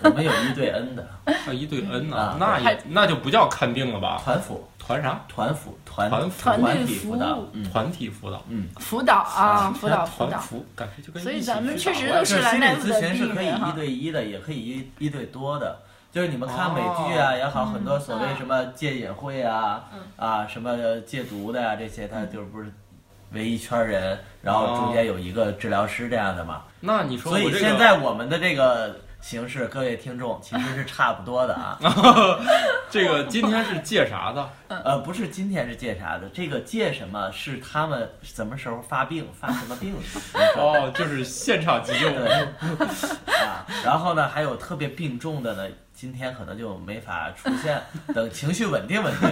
D: 我们有一对 N 的
B: 啊，一对 N 呢
D: 啊？
B: 那
C: 还
B: 也那就不叫看病了吧？
D: 团辅、
B: 团啥？
D: 团辅、团
B: 团辅
D: 团
C: 团队
D: 体
C: 服
D: 辅导
C: 务，
D: 嗯，
B: 团体辅导，
C: 辅导啊，辅导辅
B: 团
C: 导，
B: 辅，感觉就跟
C: 所以
B: 一起
C: 咱们确
B: 去打
C: 实
B: 怪
C: 都
D: 就是是
C: 来
D: 心理
C: 大夫
D: 咨
C: 的
D: 询是可以
C: 病人哈
D: 一对一的，也可以一一对多的。就是你们看美剧
B: 哦
D: 啊也
C: 嗯
D: 好，很多所谓什么戒瘾会啊，啊什么戒毒的呀、啊这些，
B: 嗯
D: 他就是不是围一圈人，然后中间有一个治疗师这样的嘛。
B: 那你哦说我
D: 所以
B: 这个
D: 现在我们的这个形式，各位听众其实是差不多的啊。
B: 这个今天是借啥 的？
D: 呃，不是今天是戒啥的，这个戒什么是他们什么时候发病，发什么病的。
B: 哦，就是现场急救。
D: 对，啊，然后呢，还有特别病重的呢，今天可能就没法出现，等情绪稳定稳定，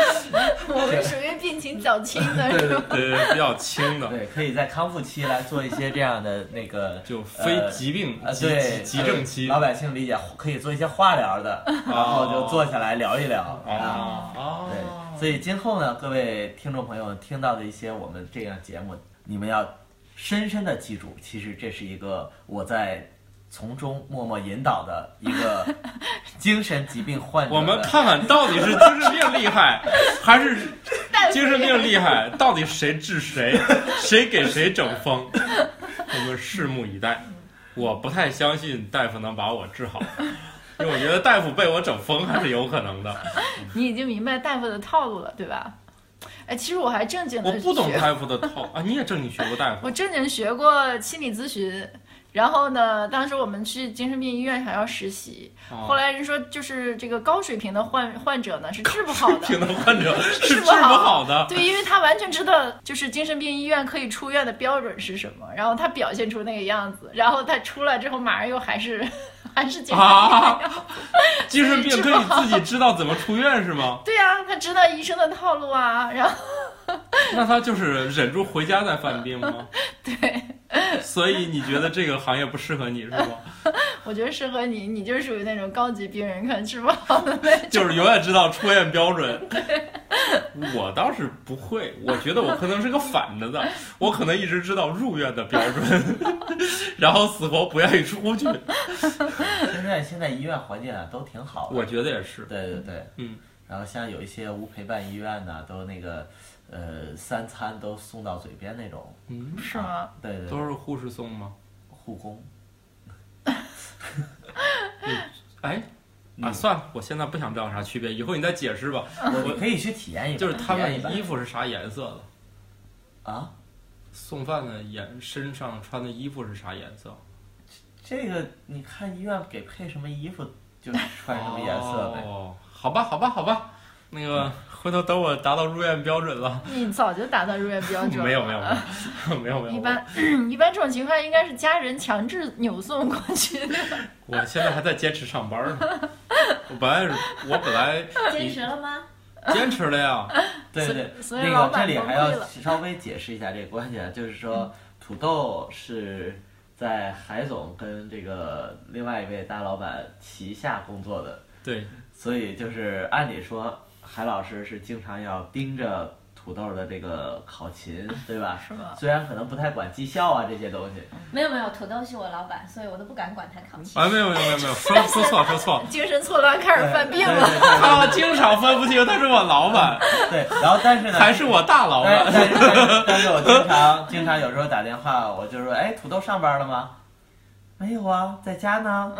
C: 我们属于病情较轻的，
D: 对对
B: 呃，比较轻的，
D: 对，可以在康复期来做一些这样的那个
B: 就非疾病
D: 呃、
B: 急急
D: 对
B: 急症期哦
D: 老百姓理解可以做一些化疗的，然后就坐下来聊一聊啊。
B: 啊
D: 对，所以今后呢，各位听众朋友听到的一些我们这样节目，你们要深深的记住，其实这是一个我在从中默默引导的一个精神疾病患者的。
B: 我们看看到底是精神病厉害，还是精神病厉害？到底谁治谁，谁给谁整疯？我们拭目以待。我不太相信大夫能把我治好，因为我觉得大夫被我整疯还是有可能的。
C: 你已经明白大夫的套路了，对吧？哎，其实我还正经
B: 我
C: 的
B: 不懂大夫的套啊，你也正经学过 大夫
C: 我正经学过心理咨询，然后呢，当时我们去精神病医院想要实习，
B: 啊
C: 后来人说就是这个高水平的患患者呢是治不好
B: 病
C: 的。
B: 的患 者是治不
C: 不好
B: 好 的。
C: 对，因为他完全知道就是精神病医院可以出院的标准是什么，然后他表现出那个样子，然后他出来之后马上又还是 还是精神病。
B: 啊， 精 神病可以自己知道怎么出院是吗？
C: 对呀、他知道医生的套路啊，然后
B: 那他就是忍住回家再犯病吗？
C: 对，
B: 所以你觉得这个行业不适合你是 吗？
C: 我觉得适合你，你就是属于那种高级病人，可能治不好的那种。
B: 就是永远知道出院标 准。我倒是不会，我觉得我可能是个反着的，我可能一直知道入院的标准， 然后死活不愿意出去。
D: 现在现在医院环境啊都挺好的，
B: 我觉得也是，
D: 对对对，
B: 嗯。
D: 然后像有一些无陪伴医院呢，都那个呃三餐都送到嘴边那种，
B: 嗯，
C: 是吗？
D: 对对
B: 都
D: 对，
B: 是护士送吗？
D: 护工。
B: 哎，啊，
D: 嗯
B: 算了，我现在不想知道啥区别，以后你再解释吧。
D: 我你可以去体验一把，
B: 就是他
D: 体哎验一把
B: 们衣服是啥颜色的？
D: 啊，
B: 送饭的颜身上穿的衣服是啥颜色？
D: 这个你看医院给配什么衣服，就是穿什么颜色呗。嗯
B: 哦，好吧，好吧，好吧，那个回头等我达到入院标准了。
C: 你早就达到入院标准了。
B: 没有没有没 有没有没有，
C: 一般 一般这种情况应该是家人强制扭送过去 的。
B: 我我现在还在坚持上班呢。我本来我本来
E: 坚持了吗？
B: 坚持了呀，
D: 对对，
C: 所以
D: 那
C: 老
D: 个这
C: 板
D: 里
C: 崩
D: 还
C: 溃
D: 要
C: 了嗯
D: 稍微解释一下这个关系啊，就是说土豆是在海总跟这个另外一位大老板旗下工作的，
B: 对，
D: 所以就是按理说海老师是经常要盯着。土豆的这个考 勤，对吧？
C: 是吗
D: 虽然可能不太管绩效啊这些东西，
E: 没有没有，土豆是我老板，所以我都不敢管他考勤。
B: 啊没有没有没有没有，说说错了说错 了，
C: 精神错乱开始犯病
D: 对
B: 哎
C: 了。
D: 对对
B: 他经常分不清他是我老板
D: 对对。然后但是呢，
B: 还是我大老
D: 但
B: 板。
D: 哎但是但 是我经常经常有时候打电话，我就说，哎，土豆上班了吗？没有啊， 在家呢。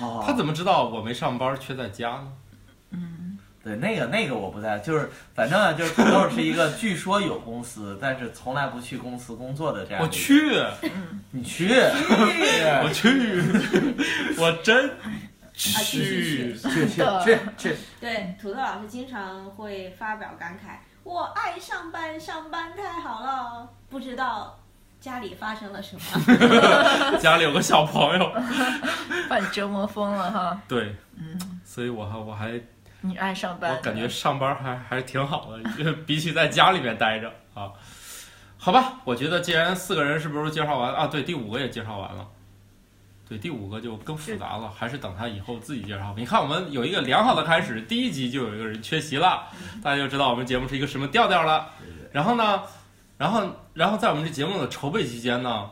D: 哦，
B: 他怎么知道我没上班却在家呢？
D: 对，那个那个我不在，就是反正啊，就是土豆是一个据说有公司，但是从来不去公司工作的这样。
B: 我，去，
D: 哎你 去，
B: 我去， 我真
D: 啊
E: 去。
B: 去
D: 去去去 去，
E: 对，土豆老师经常会发表感慨：“我爱上班，上班太好了。”不知道家里发生了什么。
B: 家里有个小朋友，
C: 把你折磨疯了哈！
B: 对，
D: 嗯
B: 所以我还我还
C: 你爱上班，
B: 我感觉上班还还是挺好的，比起在家里面待着啊。好吧，我觉得既然四个人是不是介绍完了啊？对，第五个也介绍完了。对，第五个就更复杂了，还是等他以后自己介绍。你看，我们有一个良好的开始，第一集就有一个人缺席了，
C: 嗯
B: 大家就知道我们节目是一个什么调调了。然后呢，然后然后在我们这节目的筹备期间呢，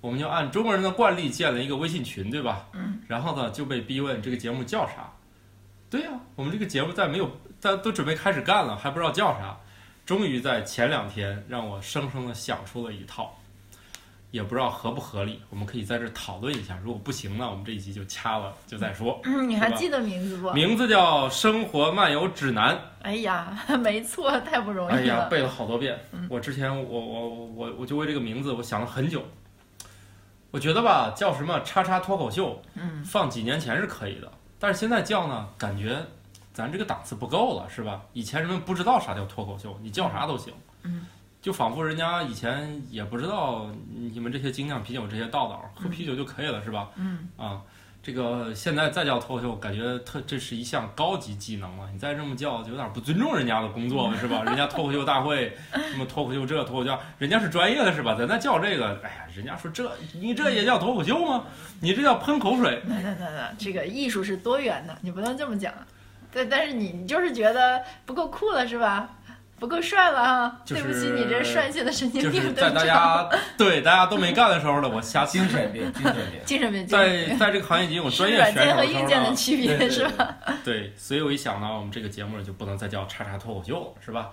B: 我们就按中国人的惯例建了一个微信群，对吧？
C: 嗯。
B: 然后呢，就被逼问这个节目叫啥。对呀、啊我们这个节目在没有，在都准备开始干了，还不知道叫啥，终于在前两天让我生生的想出了一套，也不知道合不合理，我们可以在这儿讨论一下。如果不行呢，我们这一集就掐了，就再说。
C: 嗯你还
B: 是吧
C: 记得名字不？
B: 名字叫《生活漫游指南》。
C: 哎呀， 没错，太不容
B: 哎
C: 易
B: 呀，
C: 了。
B: 背了好多遍
C: 嗯。
B: 我之前我我我我我就为这个名字我想了很久。我觉得吧，叫什么“叉叉脱口秀”，
C: 嗯，
B: 放几年前是可以的，但是现在叫呢，感觉咱这个档次不够了，是吧？以前人们不知道啥叫脱口秀，你叫啥都行，
C: 嗯，
B: 就仿佛人家以前也不知道你们这些精酿啤酒这些道道，喝啤酒就可以了，是吧？
C: 嗯，
B: 啊，这个现在再叫脱口秀，感觉特这是一项高级技能了，你再这么叫就有点不尊重人家的工作了，是吧？人家脱口秀大会，什么脱口秀这脱口秀，人家是专业的，是吧？咱再叫这个，哎呀，人家说这你这也叫脱口秀吗？你这叫喷口水。
C: 那那那那，这个艺术是多元的，你不能这么讲。对，但是你你就是觉得不够酷了是吧？不够帅了啊！
B: 就是
C: 对不起，你这帅气的神经
B: 就
C: 病
B: 是
C: 对
B: 在
C: 不
B: 大
C: 起
B: 家对大家都没干的时候呢，我瞎
D: 精神病，精神病。
C: 精神病，精神病
B: 在在这个行业已经有专业
C: 软
B: 选
C: 件
B: 手
C: 和
B: 的时
C: 硬
B: 候
C: 件的
B: 呢
C: 区
D: 对
C: 别
D: 对
C: 是吧？
B: 对，所以我一想呢，我们这个节目就不能再叫叉叉脱口秀了，是吧？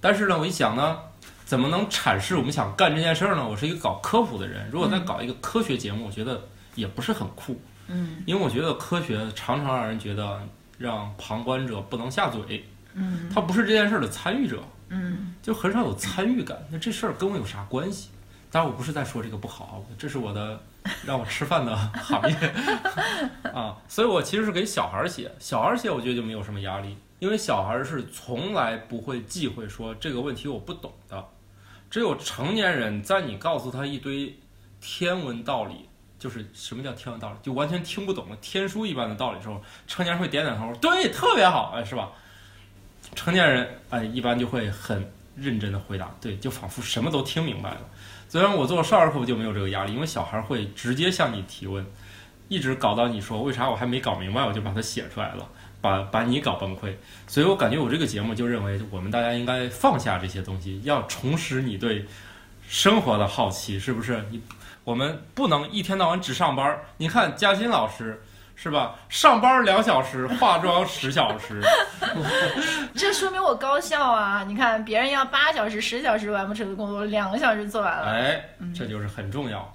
B: 但是呢，我一想呢，怎么能阐释我们想干这件事儿呢？我是一个搞科普的人，如果再搞一个科学节目，我觉得也不是很酷，
C: 嗯
B: 因为我觉得科学常常让人觉得让旁观者不能下嘴，
C: 嗯
B: 他不是这件事儿的参与者，
C: 嗯
B: 就很少有参与感。那这事儿跟我有啥关系？当然，我不是在说这个不好啊，这是我的让我吃饭的行业啊，所以我其实是给小孩儿写，小孩儿写我觉得就没有什么压力，因为小孩儿是从来不会忌讳说这个问题我不懂的，只有成年人在你告诉他一堆天文道理。就是什么叫天文道理，就完全听不懂了，天书一般的道理的时候，成年人会点点头，对，特别好，哎，是吧？成年人哎，一般就会很认真的回答，对，就仿佛什么都听明白了。虽然我做少儿科普就没有这个压力，因为小孩会直接向你提问，一直搞到你说为啥我还没搞明白，我就把它写出来了，把把你搞崩溃。所以我感觉我这个节目就认为我们大家应该放下这些东西，要重拾你对生活的好奇，是不是？你我们不能一天到晚只上班儿。你看嘉欣老师。是吧？上班儿两小时，化妆十小时，
C: 这说明我高效啊！你看，别人要八小时、十小时完不成的工作，两个小时做完了。
B: 哎，这就是很重要。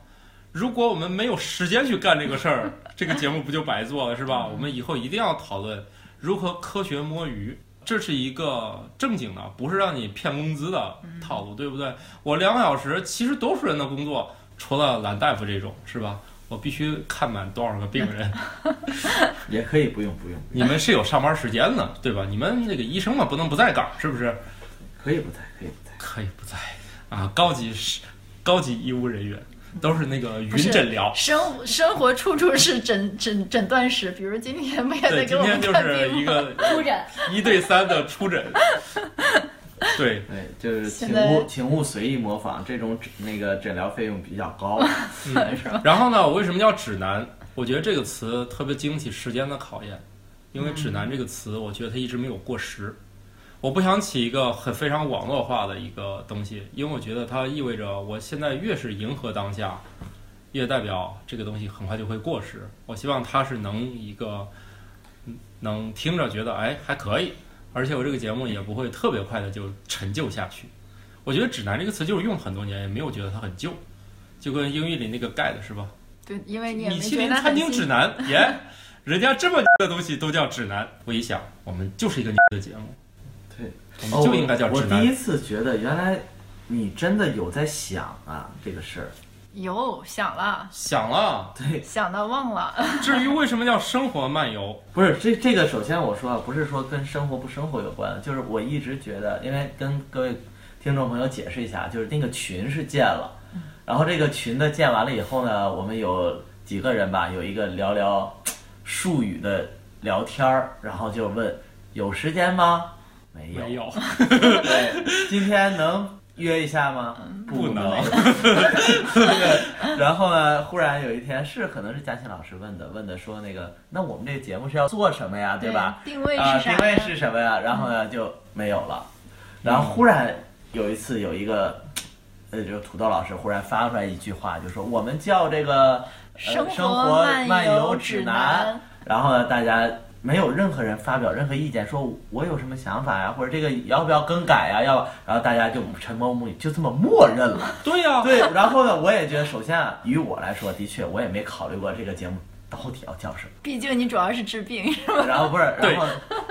B: 如果我们没有时间去干这个事儿， 这个节目不就白做了是
C: 嗯
B: 吧？我们以后一定要讨论如何科学摸鱼，这是一个正经的，不是让你骗工资的
C: 嗯
B: 套路，对不对？我两个小时，其实多数人的工作，除了懒大夫这种，是吧？我必须看满多少个 病人，
D: 也可以不用不用，
B: 你们是有上班时间的，对吧？你们那个医生嘛，不能不在岗，是不是？
D: 可以不在，可以不在。
B: 可以不在啊，高级是高级医务人员都是那个云
C: 不是
B: 诊疗，
C: 生生活处处是诊诊诊断室，比如今天不也在
B: 对，
C: 给
B: 今
C: 我
B: 天
C: 们
B: 就
C: 看
B: 是
C: 病
B: 一
C: 吗？
B: 个
E: 突然，
B: 一对三的初诊。对，
D: 对，就是
C: 现
D: 请
C: 在
D: 勿请勿随意模仿，这种诊那个诊疗费用比较 高，没事儿。
B: 嗯然后呢，我为什么叫指南？我觉得这个词特别经起时间的考验，因为指南这个词，我觉得它一直没有过时。我不想起一个很非常网络化的一个东西，因为我觉得它意味着我现在越是迎合当下，越代表这个东西很快就会过时。我希望它是能一个嗯能听着觉得哎还可以，而且我这个节目也不会特别快的就陈旧下去。我觉得“指南”这个词就是用了很多年，也没有觉得它很旧，就跟英语里那个 “guide” 是吧？
C: 对，因为你也
B: 米
C: 没
B: 其
C: 觉
B: 林
C: 得
B: 餐
C: 很
B: 厅指
C: 新。
B: 南耶。 人家这么的东西都叫指南。我一想，我们就是一个的节目，
D: 对，
B: 我们就应该叫
D: 哦我
B: 指
D: 第
B: 南。
D: 一次觉得原来你真的有在想啊这个事儿。
C: 有想了，
B: 想了，
D: 对，
C: 想到忘 了，
B: 至于为什么叫生活漫游，
D: 不是这这个，首先我说啊，不是说跟生活不生活有关，就是我一直觉得，因为跟各位听众朋友解释一下，啊就是那个群是建了，然后这个群的建完了以后呢，我们有几个人吧，有一个聊聊术语的聊天儿，然后就问有时间吗？没有。
B: 没有，
D: 对， 今天能约一下吗？
B: 不能。
D: 然后呢，忽然有一天是可能是嘉庆老师问的，问的说那个，那我们这个节目是要做什么呀，对吧？
C: 定位
D: 啊、
C: 是啥？
D: 定位是什么呀？然后呢就没有了。然后忽然有一次有一个，呃，就是土豆老师忽然发出来一句话，就说我们叫这个、呃、
C: 生
D: 生
C: 活
D: 漫
C: 游
D: 指
C: 南。
D: 然后呢，大家没有任何人发表任何意见，说我有什么想法呀，或者这个要不要更改呀，要不，然后大家就沉默不语，就这么默认了。
B: 对呀、
D: 对，然后呢，我也觉得，首先啊，于我来说，的确我也没考虑过这个节目到底要叫什么。
C: 毕竟你主要是治病，
D: 然后不是，
B: 对
D: 然后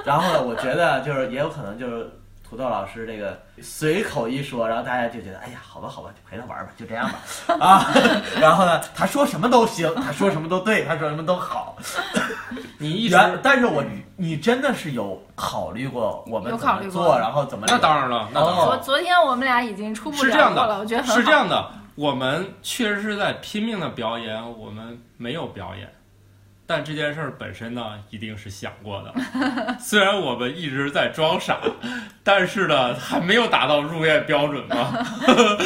D: 然后呢，我觉得就是也有可能就是土豆老师这个随口一说，然后大家就觉得哎呀，好吧好吧，就陪他玩吧，就这样吧啊。 然后呢，他说什么都行，他说什么都对，他说什么都好。
B: 你一直，
D: 原，但是我你真的是有考虑过我们
C: 有
D: 怎
C: 考
D: 么
C: 虑
D: 做，
C: 过
D: 然后怎么
B: 那当然了，那当然了。
C: 昨
D: 哦
C: 昨天我们俩已经初步
B: 是这
C: 聊
B: 样
C: 过了，我觉得
B: 的，
C: 很好。
B: 是这样的，我们确实是在拼命的表演，我们没有表演，但这件事儿本身呢，一定是想过的。 虽然我们一直在装傻，但是呢，还没有达到入院标准嘛。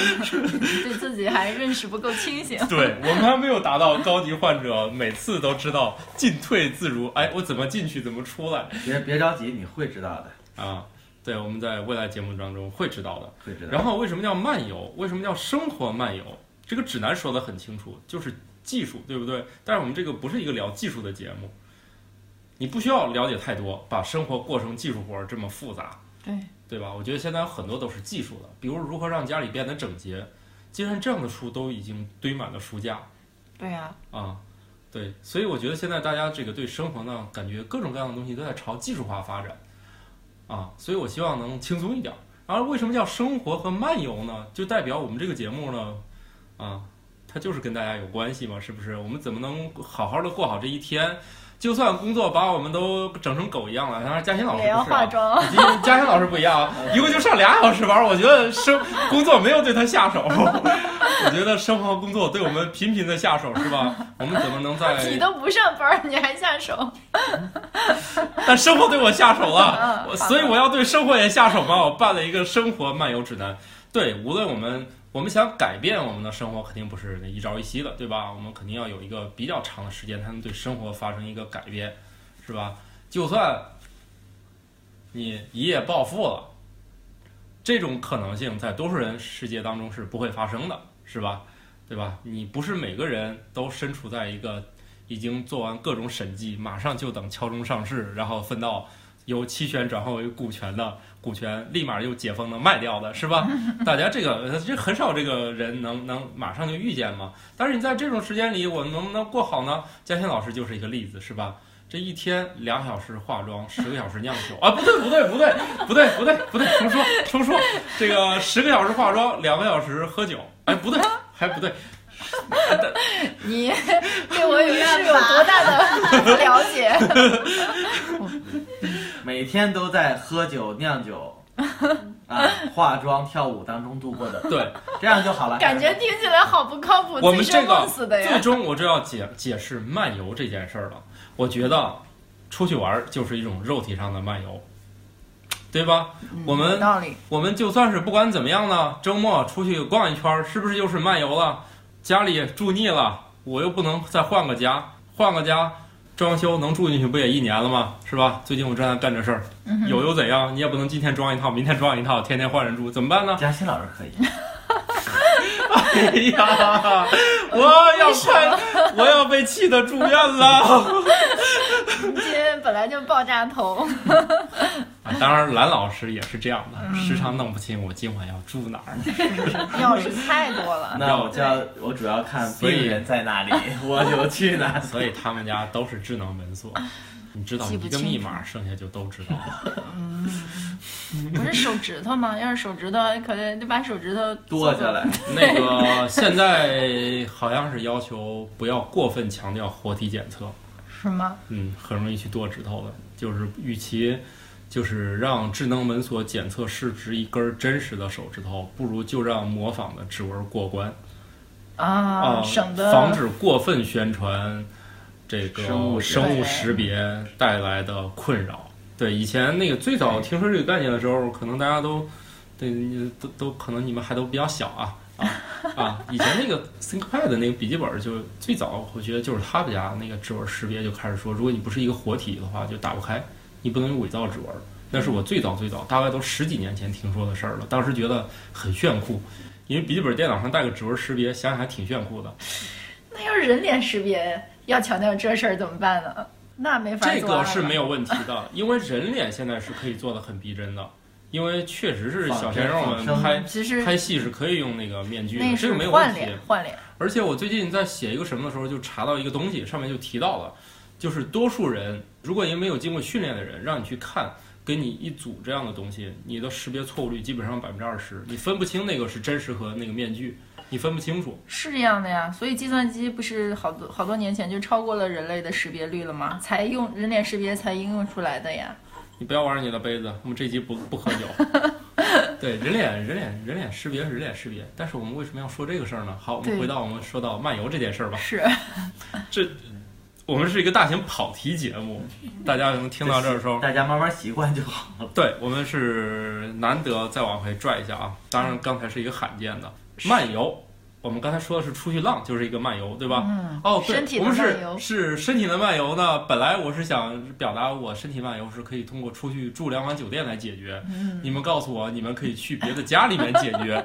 C: 对自己还认识不够清醒。
B: 对我们还没有达到高级患者每次都知道进退自如，哎，我怎么进去，怎么出来
D: 别别着急，你会知道的，
B: 啊？对，我们在未来节目当中会知道的。
D: 会知道的。
B: 然后为什么叫漫游？为什么叫生活漫游？这个指南说的很清楚，就是技术，对不对？但是我们这个不是一个聊技术的节目，你不需要了解太多，把生活过成技术活儿这么复杂，
C: 对，
B: 对吧？我觉得现在有很多都是技术的，比如如何让家里变得整洁，既然这样的书都已经堆满了书架
C: 对呀、
B: 啊。对，所以我觉得现在大家这个对生活呢，感觉各种各样的东西都在朝技术化发展，啊，所以我希望能轻松一点。然后为什么叫生活和漫游呢？就代表我们这个节目呢，啊，它就是跟大家有关系嘛，是不是？我们怎么能好好的过好这一天？就算工作把我们都整成狗一样了，当然嘉欣老师
C: 也要
B: 不是、啊
C: 化，妆。
B: 今天嘉欣老师不一样啊，一共就上俩小时班，我觉得生工作没有对他下手， 我觉得生活工作对我们频频的下手，是吧？我们怎么能在？
C: 你都不上班，你还下
B: 啊
C: 手？
B: 但生活对我下手了，
C: 嗯
B: 我
C: 好的
B: 所以我要对生活也下手嘛。我办了一个生活漫游指南，对，无论我们我们想改变我们的生活，肯定不是一朝一夕的，对吧？我们肯定要有一个比较长的时间，才能对生活发生一个改变，是吧？就算你一夜暴富了，这种可能性在多数人世界当中是不会发生的，是吧？对吧？你不是每个人都身处在一个已经做完各种审计，马上就等敲钟上市，然后分到由期权转换为股权的股权，立马又解封能卖掉的，是吧？大家这个这很少这个人能能马上就遇见嘛。但是你在这种时间里，我能不能过好呢？嘉欣老师就是一个例子，是吧？这一天两小时化妆，十个小时酿酒啊！不对，不对，不对，不对，不对，不对，重说，重说。这个十个小时化妆，两个小时喝酒，哎，不对，还不对，
C: 你对我有是有多大的不了解？
D: 每天都在喝酒、酿酒，啊，化妆、跳舞当中度 过的，
B: 对，
D: 这样就好了。
C: 感觉听起来好不靠谱，
B: 我们
C: 醉生
B: 这个
C: 梦死的
B: 最
C: 呀。
B: 终我就要解解释漫游这件事儿了。我觉得出去玩儿就是一种肉体上的漫游，对吧？我
C: 有
B: 们
C: 道理，
B: 我们就算是不管怎么样呢，周末出去逛一圈儿，是不是就是漫游了？家里住腻了，我又不能再换个家，换个家装修能住进去不也一年了吗？是吧？最近我正在干这事儿，有又怎样？你也不能今天装一套，明天装一套，天天换人住，怎么 办呢？
D: 嘉欣老师可以，
B: 哎呀，我要快，我要被气得住院了。
C: 嗯你今天本来就爆炸头，
B: 啊，当然蓝老师也是这样
C: 嗯
B: 的，时常弄不清我今晚要住哪儿。
C: 钥匙太多 了。
D: 那我就要我主要看
B: 所以
D: 病人在哪里， 我就去哪里。
B: 所以他们家都是智能门 锁，你知道
C: 记不
B: 一个
C: 清
B: 密码，剩下就都知道了。
C: 不是手指头吗？要是手指头，可能就把手指头
D: 剁下来。
B: 那个现在好像是要求不要过分强调活体检测，
C: 是吗？
B: 嗯，很容易去剁指头的，就是与其。就是让智能门锁检测市值一根儿真实的手指头，不如就让模仿的指纹过关。
C: 啊，
B: 啊，
C: 省得
B: 防止过分宣传这个
D: 生物识
B: 生物识别带来的困扰。对，以前那个最早听说这个概念的时候，可能大家都对你都都可能你们还都比较小啊啊啊！以前那个 ThinkPad 的那个笔记本就最早，我觉得就是他们家那个指纹识别就开始说，如果你不是一个活体的话，就打不开，你不能用伪造指纹。那是我最早最早，大概都十几年前听说的事儿了。当时觉得很炫酷，因为笔记本电脑上带个指纹识别，想想还挺炫酷的。
C: 那要是人脸识别要强调这事儿怎么办呢？那没法做
B: 这个是没
C: 有
B: 有问题的，因为人脸现在是可以做的很逼真的，因为确实是
D: 仿
B: 小
D: 真
B: 鲜肉
D: 仿
B: 们
D: 生
B: 拍
C: 嗯其实
B: 拍戏是可以用那个面具
C: 那
B: 的，这
C: 是
B: 个没有问
C: 换
B: 题
C: 脸。换脸，
B: 而且我最近在写一个什么的时候，就查到一个东西，上面就提到了，就是多数人如果一个没有经过训练的人，让你去看跟你一组这样的东西，你的识别错误率基本上百分之二十，你分不清那个是真实和那个面具，你分不清楚。
C: 是这样的呀。所以计算机不是好多好多年前就超过了人类的识别率了吗？才用人脸识别才应用出来的呀。
B: 你不要玩你的杯子，我们这集不 不喝酒。对，人脸人脸人脸识别是人脸识别，但是我们为什么要说这个事儿呢？好，我
C: 对
B: 们回到我们说到漫游这件事儿吧。
C: 是，
B: 我们是一个大型跑题节目，大家能听到这儿的时候，
D: 大家慢慢习惯就好了。
B: 对我们是难得再往回拽一下啊。当然，刚才是一个罕见的漫游。我们刚才说的是出去浪，就是一个漫游，对吧？
C: 嗯，
B: 哦，对，
C: 身体
B: 我
C: 的
B: 们是
C: 漫游
B: 是身体的漫游呢。本来我是想表达我身体漫游是可以通过出去住两晚酒店来解决。
C: 嗯
B: 你们告诉我，你们可以去别的家里面解决。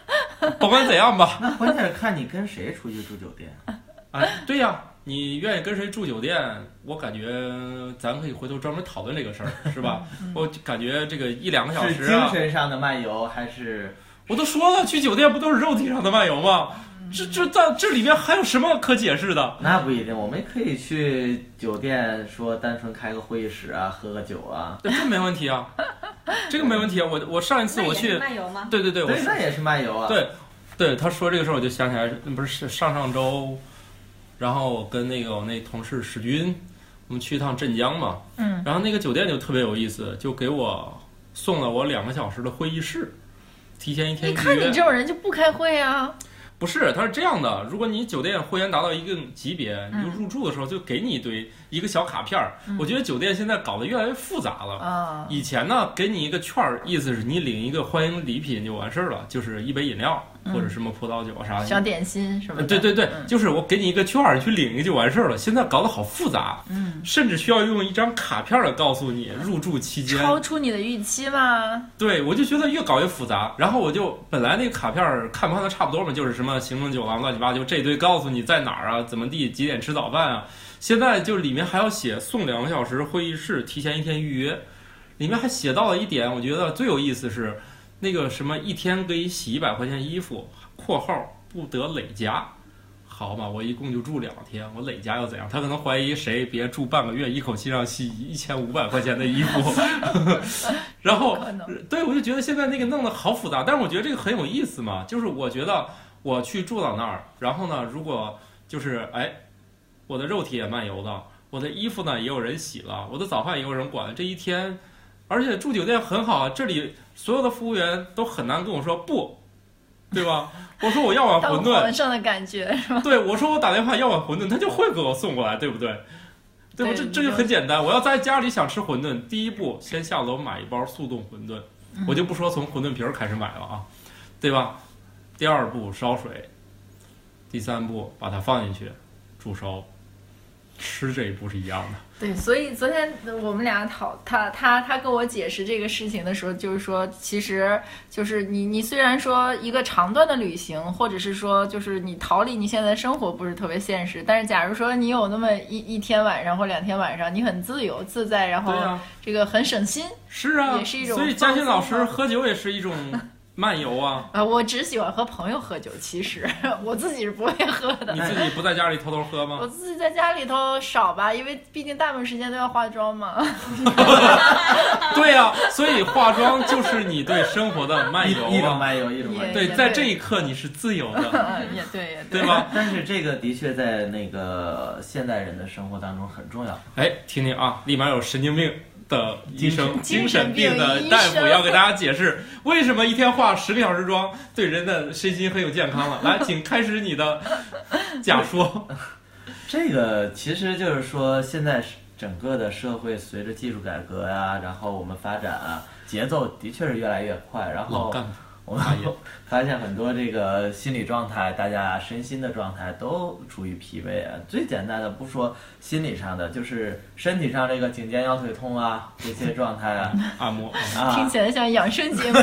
B: 不管怎样吧，
D: 那关键是看你跟谁出去住酒店。
B: 啊，对呀、你愿意跟谁住酒店，我感觉咱可以回头专门讨论这个事儿，是吧？我感觉这个一两个小
D: 嗯是
B: 时
D: 精
B: 啊，
D: 神上的漫游还是
B: 我都说了，去酒店不都是肉体上的漫游吗？这这到这里面还有什么可解释的？
D: 那不一定，我们可以去酒店说单纯开个会议室啊，喝个酒啊。
B: 对，这没问题啊，这个没问题啊。我我上一次
E: 那
B: 我
E: 也
B: 去
E: 是，漫游吗？
B: 对对对，我
D: 对，那也是漫游啊。
B: 对对他说这个事儿，我就想起来，嗯不是上上周，然后我跟那个我那同事史军，我们去一趟镇江嘛，
C: 嗯，
B: 然后那个酒店就特别有意思，就给我送了我两个小时的会议室，提前一天
C: 一
B: 预
C: 看你
B: 约。
C: 这种人就不开会啊。
B: 不是，他是这样的，如果你酒店会员达到一定级别，
C: 嗯
B: 你就入住的时候就给你一堆一个小卡片儿。我觉得酒店现在搞得越来越复杂了。
C: 啊，
B: 以前呢，给你一个券儿，意思是你领一个欢迎礼品就完事儿了，就是一杯饮料
C: 嗯
B: 或者什么葡萄酒啥
C: 啊小
B: 的。
C: 点心什么的。
B: 呃对对对，
C: 嗯
B: 就是我给你一个券儿，你去领一个就完事儿了。现在搞得好复杂，
C: 嗯，
B: 甚至需要用一张卡片儿来告诉你入住期间。
C: 超出你的预期吗？
B: 对，我就觉得越搞越复杂。然后我就本来那个卡片儿看不看的差不多嘛，就是什么行政酒廊乱七八糟，就这一堆告诉你在哪儿啊，怎么地，几点吃早饭啊。现在就里面还要写送两个小时会议室，提前一天预约。里面还写到了一点，我觉得最有意思是那个什么一天可以洗一百块钱衣服（括号不得累加）。好嘛，我一共就住两天，我累加又怎样？他可能怀疑谁别住半个月，一口气让洗一千五百块钱的衣服，然后
C: 可能
B: 呃对，我就觉得现在那个弄得好复杂，但是我觉得这个很有意思嘛，就是我觉得我去住到那儿，然后呢，如果就是哎，我的肉体也漫游了，我的衣服呢也有人洗了，我的早饭也有人管，这一天，而且住酒店很好啊，这里所有的服务员都很难跟我说不，对吧？我说我要 碗
C: 到
B: 馄饨
C: 皇，上的感觉是吧？
B: 对我说我打电话要碗馄饨，他就会给我送过来，对不对？对吧？
C: 对
B: 这
C: 你
B: 这就
C: 就
B: 很简单。我要在家里想吃馄饨，第一步先下楼买一包速冻馄饨，
C: 嗯
B: 我就不说从馄饨皮儿开始买了啊，对吧？第二步烧水，第三步把它放进去煮熟，吃这一步是一样的。
C: 对，所以昨天我们俩讨他他他跟我解释这个事情的时候，就是说，其实就是你你虽然说一个长段的旅行，或者是说就是你逃离你现在的生活不是特别现实，但是假如说你有那么一一天晚上或两天晚上，你很自由自在，然后
B: 对啊，
C: 这个很省心
B: 是啊，
C: 哦也是一种
B: 所以嘉欣老
C: 放
B: 师
C: 松
B: 喝酒也是一种漫游啊，
C: 啊、我只喜欢和朋友喝酒，其实 我自己是不会喝 的
B: 你。自己不在家里偷偷喝
C: 我
B: 吗？
C: 自己在家里头少吧，因为毕竟大部分时间都要化妆嘛。
B: 对呀、所以化妆就是你对生活的漫
D: 一
B: 游
D: 一种
B: 啊。
D: 漫游，一种漫游。
B: 对，在这一刻你是自由的，
C: 嗯，也对，也对。
B: 啊对 吧？
D: 但是这个的确在那个现代人的生活当中很重要。
B: 哎，听听啊，立马有神经病的医生、精
C: 精
B: 神
C: 神
B: 病的大夫要给大家解释，为什么一天化十个小时妆对人的身心很有健康了。来，请开始你的假说。
D: 这个其实就是说，现在是整个的社会随着技术改革呀、然后我们发展啊，节奏的确是越来越快。然后
B: 干部
D: 我们
B: 发言
D: 发现很多这个心理状态，大家身心的状态都处于疲惫啊。最简单的不说心理上的，就是身体上这个颈肩腰腿痛啊这些状态啊
B: 按摩，
C: 听
D: 啊，
C: 起来像养生节目，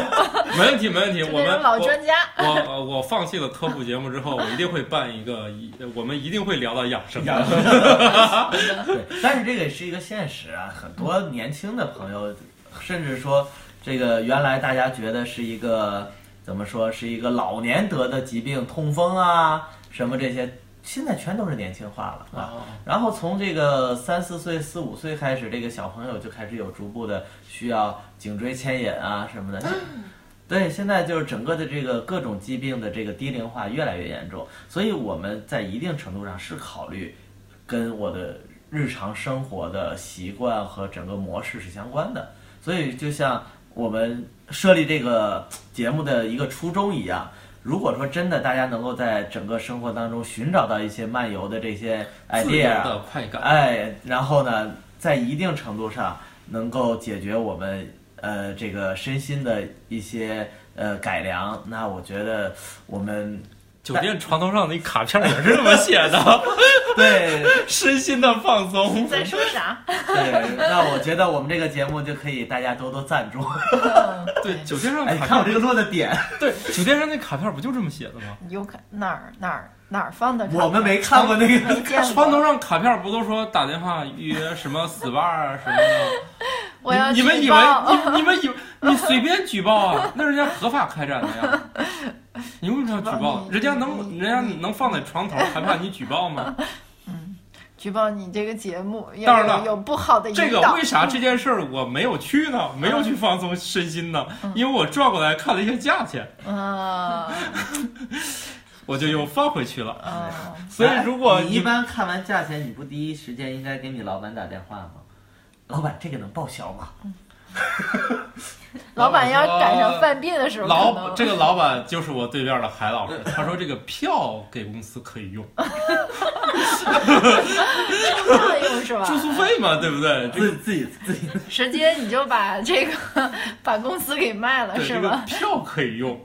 B: 没问题，没问题。
C: 就
B: 我
C: 那
B: 们
C: 种老专家。
B: 我我我放弃了科普节目之后，我一定会办一个，一我们一定会聊到养生的。
D: 对，但是这个也是一个现实啊，很多年轻的朋友，甚至说这个原来大家觉得是一个怎么说是一个老年得的疾病，痛风啊什么这些，现在全都是年轻化了啊。然后从这个三四岁、四五岁开始，这个小朋友就开始有逐步的需要颈椎牵引啊什么的。对，现在就是整个的这个各种疾病的这个低龄化越来越严重，所以我们在一定程度上是考虑跟我的日常生活的习惯和整个模式是相关的。所以就像我们设立这个节目的一个初衷一样，如果说真的大家能够在整个生活当中寻找到一些漫游的这些
B: 自由
D: idea
B: 的快感，
D: 哎，然后呢，在一定程度上能够解决我们呃这个身心的一些呃改良，那我觉得我们
B: 酒店床头上那卡片也是这么写的，
D: 对
B: 身心的放松。
C: 在说啥？
D: 对，那我觉得我们这个节目就可以大家多多赞助。
C: 嗯
B: 对，酒店上
D: 哎，
B: 的
D: 你
B: 卡
D: 看
B: 片
D: 我这个落的点，
B: 对，酒店上那卡片不就这么写的吗？
C: 有看哪儿哪儿哪儿放的卡？
D: 我们没看过那个
C: 没 见过。
B: 床头上卡片不都说打电话约什么 SPA 啊什么的？
C: 我要
B: 你你们
C: 举
B: 以为
C: 报
B: 你你们以为你随便举报啊？那人家合法开展的呀。 你为什么要举报？人家能，人家能放在床头，还怕你举报吗？
C: 举报你这个节目有
B: 当然了
C: 有有不好的引导。嗯
B: 这个为啥这件事儿我没有去呢？没有去放松身心呢？
C: 嗯
B: 因为我转过来看了一下价钱，
C: 啊
B: 我就又放回去了。
C: 啊！
B: 所以如果
D: 哎你一般看完价钱，你不第一时间应该给你老板打电话吗？老板，这个能报销吗？
C: 老板要赶上犯病的时候，可
B: 老
C: 能
B: 这个老板就是我对面的海老师，他说这个票给公司可以用，
C: 啊作用是吧？
B: 住宿费嘛，对不对？这个
D: 自自己自己
C: 直接你就把这个把公司给卖了
B: 对，
C: 啊是
B: 这个
C: 吧？
B: 票可以用。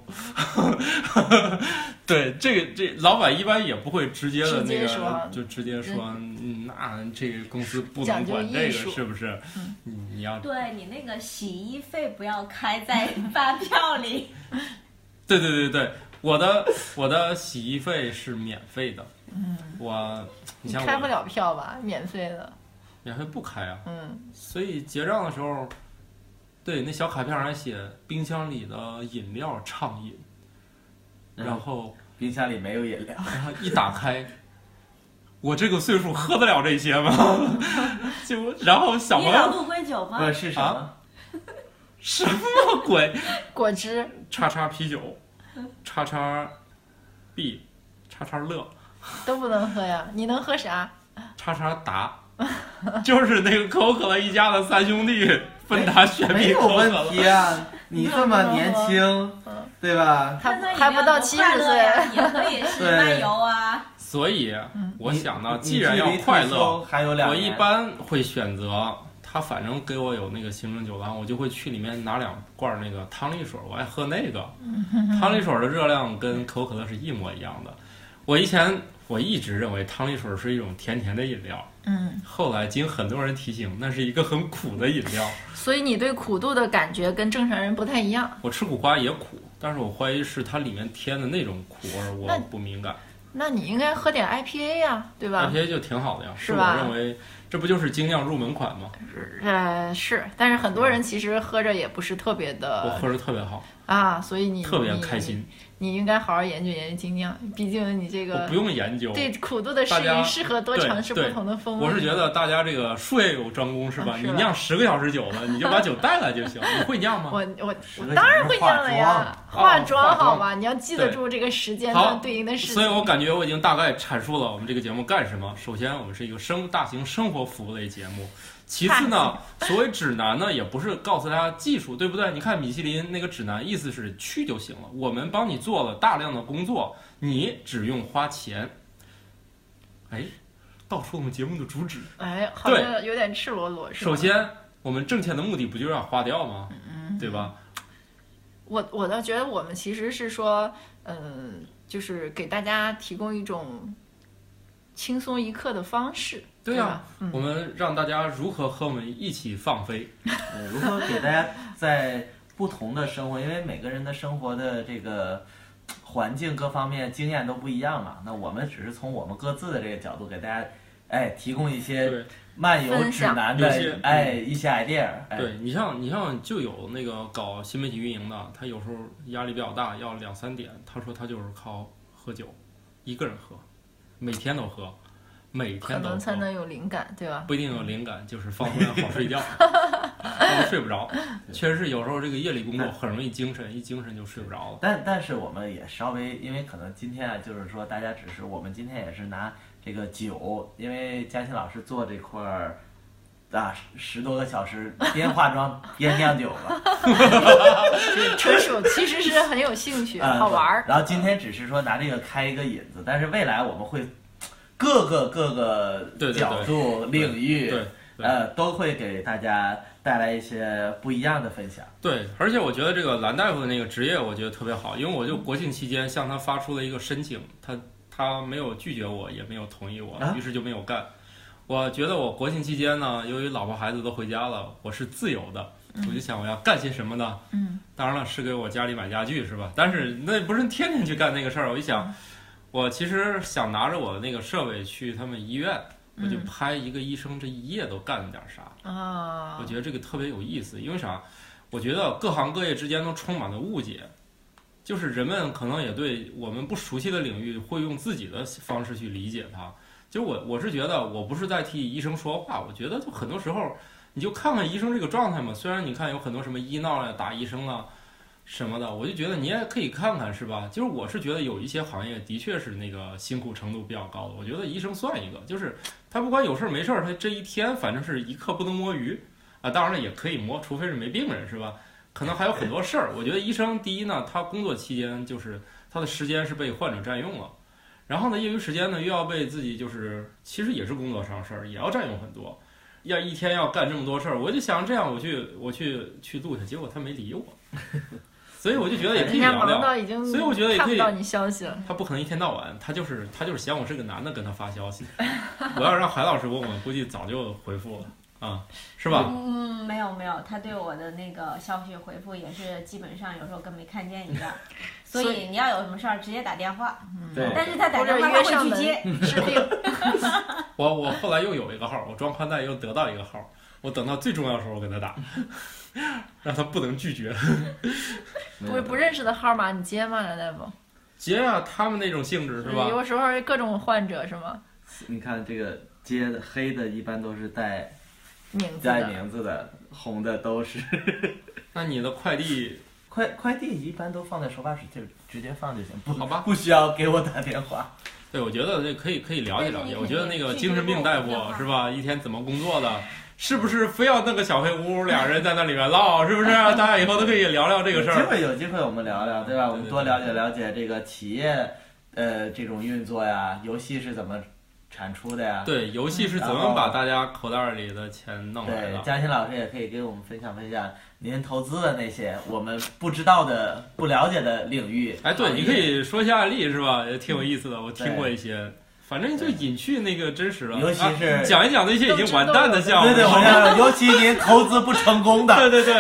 B: 对，这个这老板一般也不会直接的
C: 直
B: 那
C: 接
B: 个
C: 说，
B: 就直接说，嗯那这个公司不能
C: 讲究
B: 管这个，
C: 艺术嗯
B: 是不是？你你要
E: 对你那个洗衣费不要开在发票里，
B: 对对对对，我的我的洗衣费是免费的，我
C: 嗯你
B: 你像
C: 开不
B: 我
C: 了票吧？免费的，
B: 免费不开啊，
C: 嗯，
B: 所以结账的时候，对那小卡片上还写冰箱里的饮料畅饮，
D: 嗯
B: 然后
D: 冰箱里没有饮料。
B: 然后一打开，我这个岁数喝得了这些吗？ 就然后小
E: 你
B: 朋
E: 老
B: 友
E: 陆龟酒吗
D: 不？是什么？
B: 什么鬼？
C: 果汁
B: 叉叉啤酒，叉叉 B，叉叉乐，
C: 都不能喝呀，你能喝啥？
B: 叉叉达， 就是那个可口可乐一家的三兄弟芬达雪
D: 没
B: 碧可
D: 有
B: 口可
D: 问
B: 乐。
D: 题啊，你这么年轻，对吧？
C: 还
E: 看看饮
C: 还
E: 料
C: 不到
E: 多
C: 七
E: 快
C: 十
E: 乐
C: 岁，
E: 呀也可以是
D: 对
E: 漫游啊。
B: 所以我想到，
D: 你
B: 既然要
D: 你距离
B: 快
D: 退
B: 乐
D: 休，还有两
B: 我
D: 年
B: 一般会选择他，反正给我有那个行政酒廊，我就会去里面拿两罐那个汤力水，我 爱喝那个。汤力水的热量跟可口可乐是一模一样的。我以前我一直认为汤力水是一种甜甜的饮料，
C: 嗯，
B: 后来经很多人提醒，那是一个很苦的饮料。
C: 所以你对苦度的感觉跟正常人不太一样。
B: 我吃苦瓜也苦，但是我怀疑是它里面添的那种苦味儿，
C: 那
B: 我不敏感。
C: 那你应该喝点 IPA 呀、对吧？
B: IPA 就挺好的呀，
C: 是
B: 我
C: 吧
B: 认为这不就是精酿入门款吗？
C: 呃，是，但是很多人其实喝着也不是特别
B: 我
C: 的
B: 喝着特别好，
C: 啊，所以你
B: 特别开心。
C: 你，你应该好好研究研究精酿，毕竟你这
B: 我
C: 个
B: 不用研究。
C: 对苦度的适
B: 大家
C: 应，适合多
B: 对
C: 尝试不
B: 对
C: 同的风味。
B: 我是觉得大家这个术业有专啊攻是吧？
C: 嗯是
B: 你
C: 吧
B: 酿十个小时酒了，你就把酒带来就行。你会酿吗？
C: 我我
D: 十个
C: 我当然
D: 小时
C: 会
D: 化
C: 酿了
D: 妆
C: 呀，
B: 哦
C: 化
B: 化
C: 妆好
B: 妆
C: 吧？你要记得
B: 对
C: 住这个时间
B: 好
C: 段对应的事情。
B: 所以我感觉我已经大概阐述了我们这个节目干什么。首先，我们是一个生大型生活服务类节目。其次呢，所谓指南呢，也不是告诉大家技术，对不对？你看米其林那个指南，意思是去就行了。我们帮你做了大量的工作，你只用花钱。哎，道出我们节目的主旨。
C: 哎，好
B: 对
C: 像有点赤裸裸是吧？
B: 首，先，我们挣钱的目的不就是要花掉吗？
C: 嗯
B: 对吧？
C: 我我倒觉得我们其实是说，呃，就是给大家提供一种轻松一刻的方式。嗯
B: 对
C: 呀、
B: 啊呀我们让大家如何和我们一起放飞？
D: 呃如何给大家在不同的生活，因为每个人的生活的这个环境各方面经验都不一样嘛。那我们只是从我们各自的这个角度给大家，哎，提供一些
B: 对
D: 漫游指南的
B: 分享有些
D: 哎一些 idea，哎，
B: 对你像你像就有那个搞新媒体运营的，他有时候压力比较大，要两三点，他说他就是靠喝酒，一个人喝，每天都喝，每
C: 可
B: 天都嗯
C: 能才
B: 喝，
C: 能有灵感，对吧？
B: 不一定有灵感，就是放松好 睡觉，然后睡不着。确实是有时候这个夜里工
D: 哎
B: 作很容易精神，一精神就睡不着了。
D: 但但是我们也稍微，因为可能今天啊，就是说大家只是我们今天也是拿这个酒，因为嘉欣老师做这块儿啊十十多个 小时，边化妆边酿酒了，
C: 纯属其实是很有兴趣、
B: 嗯
D: 啊
C: 好玩儿。
D: 然后今天只是说拿这个开一个引子，但是未来我们会各个各
B: 对对对
D: 个角度领域，
B: 对对
D: 呃，都会给大家带来一些不一样的分享。
B: 对，而且我觉得这个蓝大夫的那个职业，我觉得特别好，因为我就国庆期间向他发出了一个申请，他他没有拒绝我，也没有同意我
D: 啊，
B: 于是就没有干。我觉得我国庆期间呢，由于老婆孩子都回家了，我是自由的，我就想我要干些什么呢？
C: 嗯，
B: 当然了，是给我家里买家具是吧？但是那不是天天去干那个事儿，我一想，我其实想拿着我的那个设备去他们医院，我就
C: 嗯
B: 拍一个医生这一夜都干了点啥。
C: 啊
B: 我，觉得这个特别有意思，因为啥？我觉得各行各业之间都充满了误解，就是人们可能也对我们不熟悉的领域会用自己的方式去理解它。就我我是觉得，我不是在替医生说话，我觉得就很多时候你就看看医生这个状态嘛。虽然你看有很多什么医闹呀、打医生啊什么的，我就觉得你也可以看看，是吧？就是我是觉得有一些行业的确是那个辛苦程度比较高的，我觉得医生算一个，就是他不管有事儿没事儿，他这一天反正是一刻不能摸鱼。啊，当然了也可以摸，除非是没病人是吧？可能还有很多事儿。我觉得医生第一呢，他工作期间就是他的时间是被患者占用了，然后呢，业余时间呢又要被自己就是其实也是工作上的事儿，也要占用很多，要一天要干这么多事儿，我就想这样我去我去去录去，结果他没理我， 所以我就觉得也 可
C: 人
B: 以
C: 家
B: 聊
C: 忙
B: 聊。
C: 到已经
B: 所以我觉得也
C: 看
B: 可
C: 不
B: 以
C: 到你消息了。
B: 他不可能一天到晚，他就是他就是嫌我是个男的跟他发消息。 我要让海老师问我，估计早就回复了啊、是吧？
E: 嗯，没有没有，他对我的那个消息回复也是基本上有时候跟没看见一样，所
C: 所
E: 以你要有什么事儿直接打电话，
C: 嗯
D: 对
E: 但是他打电话他
C: 或者约上
E: 会
C: 门
E: 去接，
C: 治 病，
B: 我我后来又有一个号，我装宽带又得到一个号，我等到最重要的时候我给他打， 让他不能拒绝。
C: 不不认识的号码你接吗，梁大夫？
B: 接啊，他们那种性质是吧？
C: 有时候各种患者是吗？
D: 你看这个接的黑的，一般都是带
C: 名字
D: 带
C: 的。
D: 名字的，红的都是。
B: 那你的快递
D: 快快递一般都放在收发室，就直接放就行，不
B: 好吧
D: 不需要给我打电话。
B: 对，我觉得这可以可以了解了
E: 对对
B: 解。
E: 对
B: 我觉得那个
E: 对
B: 精神病大夫
E: 对对对
B: 是吧，一天怎么工作的，是不是非要弄个小黑屋，俩人在那里面唠，是不是？大家以后都可以聊聊这
D: 这
B: 个事
D: 机
B: 儿。
D: 会有机会我们聊聊，对吧？我们多了解了解这个企业，呃，这种运作呀，游戏是怎么产出的呀？
B: 对，游戏是怎么把大家口袋里的钱弄来
D: 对，
B: 的？
D: 嘉欣老师也可以给我们分享分享您投资的那些我们不知道的、不了解的领域。
B: 哎，对，
D: 行业
B: 你可以说一些案例是吧？也挺有意思的，我听过一些。反正就隐去那个真实了。
D: 尤其是
B: 啊讲一讲那些已经完蛋的项目，
D: 对对，我想，尤其您投资不成功
B: 对
D: 的，
B: 对对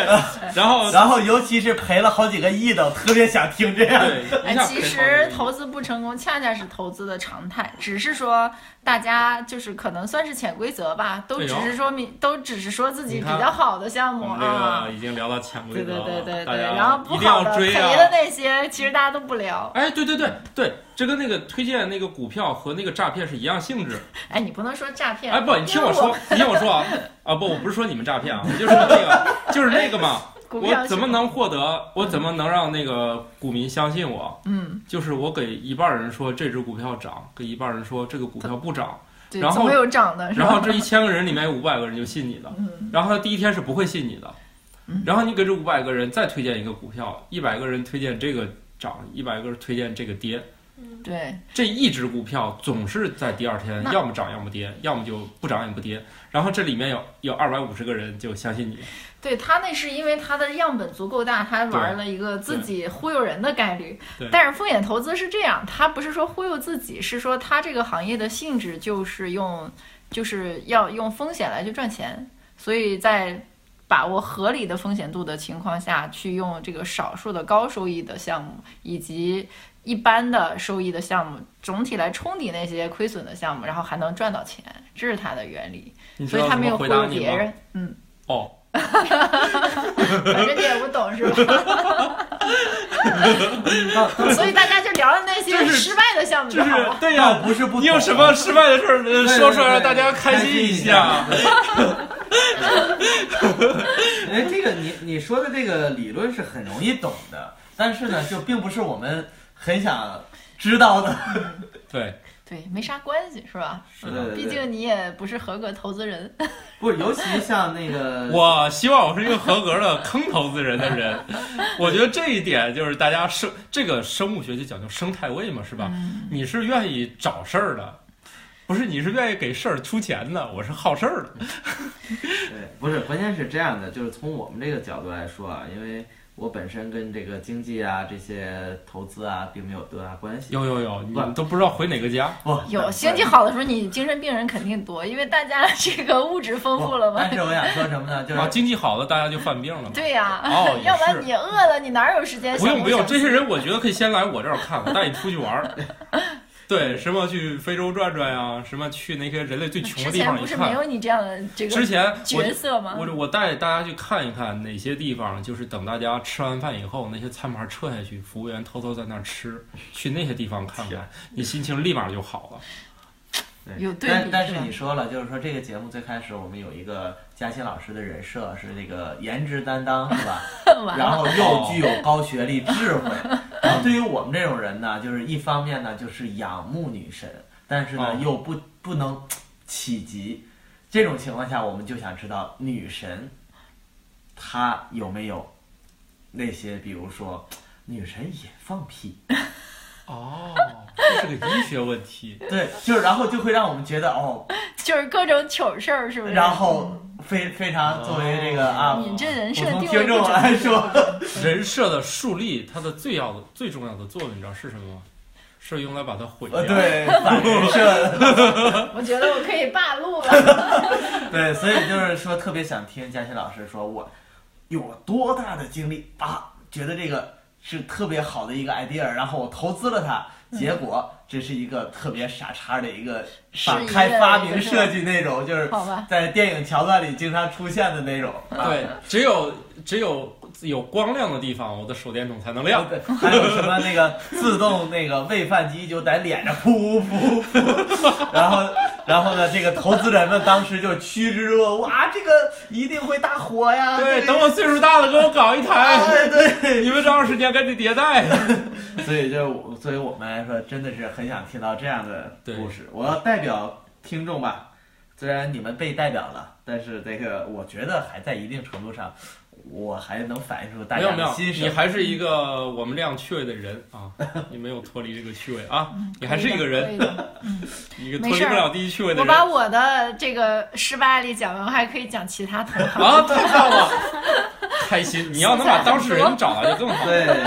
B: 然后
D: 然后尤其是赔了好几个亿的，我特别想听这样。
B: 对，
C: 哎
B: 一，下
C: 其
B: 可以
C: 实
B: 放
C: 投资不成功恰恰是投资的常态，只是说大家就是可能算是潜规则吧，都
B: 哎
C: 只
B: 呦
C: 是说明，都只是说自己
B: 你
C: 比
B: 看
C: 较好的项
B: 我
C: 目
B: 们
C: 啊
B: 这个，已经聊到潜规
C: 对
B: 则
C: 对
B: 了，
C: 对对
B: 大
C: 对，
B: 家
C: 然后不
B: 一定要
C: 好的赔
B: 追
C: 的
B: 啊！
C: 那些，其实大家都不聊。
B: 哎，对对对对，这跟那个推荐那个股票和那个诈骗是一样性质。
C: 哎，你不能说诈骗，
B: 哎，不，你听我说，你听我说啊啊！不，我不是说你们诈骗啊，我就说那个， 就是那个嘛，
C: 股票
B: 我怎么能获得，我怎么能让那个股民相信我？
C: 嗯，
B: 就是我给一半人说这只股票涨，给一半人说这个股票不涨，
C: 对，
B: 然后
C: 总会有涨的， 是吧
B: 然后这一千个人里面有五百个人就信你的，
C: 嗯
B: 然后他第一天是不会信你的
C: 嗯，
B: 然后你给这五百个人再推荐一个股票，一百个人推荐这个涨，一百个人推荐这个跌，
C: 对，
B: 这一只股票总是在第二天
C: 那
B: 要么涨要么跌，要么就不涨也不跌，然后这里面有有二百五十个人就相信你，
C: 对他那是因为他的样本足够大，他玩
B: 对
C: 了一个自己忽悠人的概率
B: 对。
C: 但是风险投资是这样，他不是说忽悠自己，是说他这个行业的性质就是用，就是要用风险来去赚钱，所以在。把握合理的风险度的情况下，去用这个少数的高收益的项目，以及一般的收益的项目，总体来冲抵那些亏损的项目，然后还能赚到钱，这是它的原理。
B: 你知
C: 所以
B: 道
C: 他
B: 怎
C: 没有
B: 么
C: 忽
B: 回
C: 悠
B: 答你
C: 别
B: 吗？
C: 人，嗯，
B: 哦，
C: 反正你也不懂是吧？ 所以大家就聊了那些失败的项目就
B: 就是
C: 好了。
B: 对呀、
D: 要不是不懂
B: 你有什么失败的事儿呃
D: 对
B: 说出来
D: 对
B: 让
D: 对
B: 大家开心一下？
D: 哎，这个你你说的这个理论是很容易懂的，但是呢，就并不是我们很想知道的。
B: 对，
C: 对，没啥关系是吧？
D: 是的
C: 嗯毕竟你也不是合格投资人。
D: 不，尤其像那个
B: 我希望我是一个合格的坑投资人的人，我觉得这一点就是大家生这个生物学就讲究生态位嘛，是
C: 嗯
B: 吧？你是愿意找事儿的，不是你是愿意给事儿出钱的，我是好事儿的。
D: 对，哎不是，关键是这样的，就是从我们这个角度来说啊，因为我本身跟这个经济啊、这些投资啊，并没有多大关系。哦
B: 有有有，你们都不知道回哪个家。
D: 不，
C: 有经济
D: 好
C: 好的时候，你精神病人肯定多，因为大家这个物质丰富了嘛
B: 哎
D: 但。是我想说什么呢？就是
B: 啊，经济好的大家就犯病了嘛。
C: 对 呀、
B: 哦也
C: 要不然
B: 是
C: 你饿了，你哪有时间
B: 不
C: 想
B: 用不用，
C: 想
B: 这些人我觉得可以先来我这儿看，我带你出去 玩儿。对，什么去非洲转转呀、什么去那些人类最穷
C: 之
B: 的地
C: 前
B: 方
C: 不
B: 一
C: 是没
B: 看。
C: 有你这样的这
B: 之
C: 个
B: 前我
C: 角色吗？
B: 我我带大家去看一看哪些地方，就是等大家吃完饭以后，那些餐盘撤下去，服务员偷偷在那儿吃，去那些地方看看，你心情立马就好了。
C: 有对
D: 但
C: 比
D: 但
C: 是
D: 是
C: 吧
D: 你说了，就是说这个节目最开始我们有一个嘉欣老师的人设是这个颜值担当，是吧？
C: 完
D: 然
C: 了，
D: 后又具有高学历、智慧。然后对于我们这种人呢，就是一方面呢就是仰慕女神，但是呢
B: 哦
D: 又不不能企及。这种情况下，我们就想知道女神她有没有那些，比如说女神也放屁，
B: 哦，这是个医学 问题。
D: 对，就是然后就会让我们觉得哦，
C: 就是各种糗事儿，是不是？
D: 然后非非常作为这个啊
B: 哦
C: 你这人
D: 普
C: 设
D: 通
C: 定位
D: 听
C: 不
D: 众
C: 准。
D: 来说，
B: 人设的树立，它的最要的最重要的作用，你知道是什么吗？是用来把它毁掉。
D: 呃，对，反人设。
C: 我觉得我可以罢录了。
D: 对，所以就是说特别想听嘉欣老师说我有多大的精力啊，觉得这个是特别好的一个 idea，然后我投资了它，结果这是一个特别傻叉的一个
C: 是
D: 把
C: 一
D: 开
C: 个
D: 发
C: 一个
D: 明
C: 是
D: 设计那种，就是
C: 好吧
D: 在电影桥段里经常出现的那种。啊
B: 对，只有只有有光亮的地方，我的手电筒才能亮。
D: 对，还有什么那个自动那个喂饭机就在脸上噗噗噗，然后然后呢，这个投资人们当时就趋之若鹜啊，这个一定会大火呀！
B: 对，
D: 这个
B: 等我岁数大了，给我搞一台。
D: 哎 对，
B: 你们这二十年赶紧迭代。
D: 所以就是我，所以我们来说，真的是很想听到这样的故事。我要代表听众吧，虽然你们被代表了，但是这个我觉得还在一定程度上，我还能反映出 大
B: 没有
D: 家
B: 没
D: 的
B: 有，
D: 心
B: 你
D: 声。
B: 还是一个我们这样趣味的人 啊，你没有脱离这个趣味啊，
D: 嗯
B: 你还是一个人，
C: 可以 的。
B: 一个脱离不了第一趣味的
C: 我
B: 人
C: 把我的这个失败案例讲完，我还可以讲其他同行。
B: 啊，太棒了， 开心！ 你要能把当事人找来就更好。
D: 对，
B: 对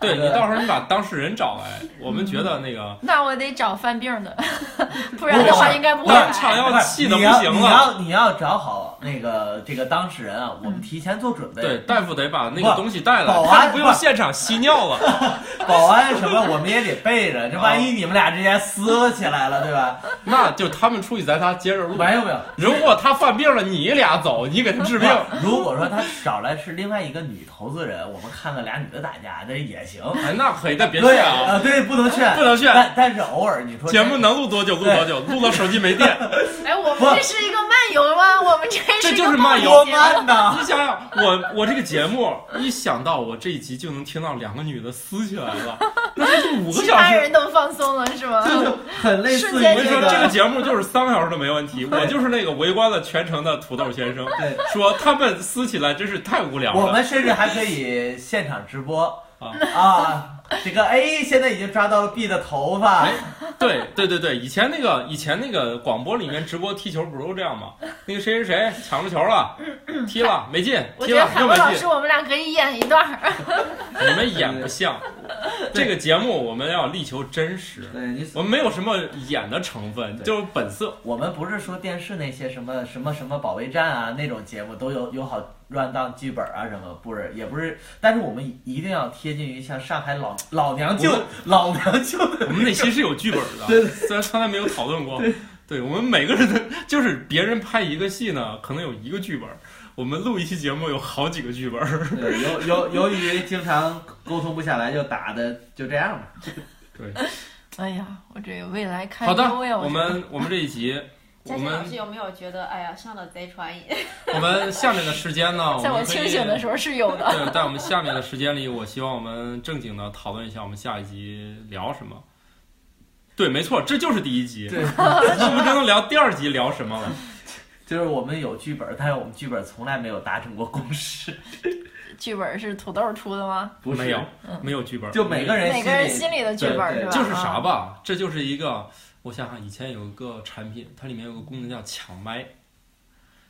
D: 对
B: 你到时候你把当事人找来，我们觉得那个
C: 那我得找犯病 的，不然的话应该不会
B: 当场
C: 来。
B: 要气的不
D: 哎你要
B: 行
D: 你
B: 了。
D: 要你要找好那个这个当事人啊，我们提前做准备。
B: 对，，大夫得把那个
D: 不
B: 东西带来
D: 嗯保，
B: 他
D: 安
B: 不用现场吸尿了。
D: 保安什么我们也得备着，这万一你们俩之间撕起来了，对吧？
B: 那就他们出去，咱仨接着录。
D: 没有没有，
B: 如果他犯病了，你俩走，你给他 治病。
D: 如果说他找来是另外一个女投资人，我们看看俩女的打架，这也行。
B: 哎，那可以，但别
D: 对
B: 劝啊，
D: 啊，对，不能劝，
B: 不能劝
D: 但但是偶尔你说
B: 节目能录多久录多久，录到手机没电。
C: 哎，我们这是一个漫游吗？我们这
B: 这
C: 是一
B: 就是
C: 个
B: 漫
C: 暴
B: 游
D: 多
C: 力节目
D: 慢呐
B: 你想想，我我这个节目，一想到我这一集就能听到两个女的撕起来了，那这就五个
C: 其
B: 小
C: 他
B: 时。
C: 人都放松了是吗？
D: 很类似于
B: 我跟你说，这个
D: 个。
B: 节目就是三个小时都没问题。我就是那个围观了全程的土豆先生，
D: 对，
B: 说他们撕起来真是太无聊
D: 我
B: 了。
D: 们甚至还可以现场直播
B: 啊
D: 啊！这个 A 现在已经抓到了 B 的头发
B: 哎，对对对对，以前那个以前那个广播里面直播踢球不都这样吗？那个谁谁谁抢着球了，踢了没进，
C: 我
B: 踢
C: 觉得
B: 了
C: 海
B: 又
C: 波
B: 没
C: 老
B: 进
C: 师，。我们俩可以演一段儿。
B: 你们演不像。这个节目我们要力求真实，
D: 对你
B: 我们没有什么演的成分，
D: 对
B: 就是本色。
D: 我们不是说电视那些什么什么什么保卫战啊那种节目都有有好 run 当剧本啊什么，不是也不是，但是我们一定要贴近于像上海老老娘舅
B: 我们
D: 老娘舅的
B: 我们内心是有剧本的，
D: 对
B: 虽然从来没有讨论过。对，我们每个人的就是别人拍一个戏呢，可能有一个剧本，我们录一期节目有好几个剧本。
D: 对，由由由于经常沟通不下来，就打的就这样吧。
C: 哎呀，我这个未来堪
B: 好的，
C: 忧呀！
B: 我们我们这一集，我
E: 嘉欣老
B: 们
E: 师有没有觉得，哎呀，上了贼船瘾？
B: 我们下面的时间呢，
C: 在我
B: 们可以
C: 清醒的时候是有的。
B: 对，在我们下面的时间里，我希望我们正经的讨论一下我们下一集聊什么。对，没错，这就是第一集。
D: 对，
B: 我们只能聊第二集聊什么了。
D: 就是我们有剧本，但是我们剧本从来没有达成过共识，
C: 剧本是土豆出的吗？
D: 不是
B: 没有，
C: 嗯
B: 没有剧本，
D: 就每个人
C: 每个人
D: 心
C: 心
D: 里
C: 里的剧
B: 对
C: 本
D: 对
C: 是吧？
B: 就是啥
C: 啊？
B: 吧，这就是一个，我想想，以前有一个产品，它里面有个功能叫抢麦，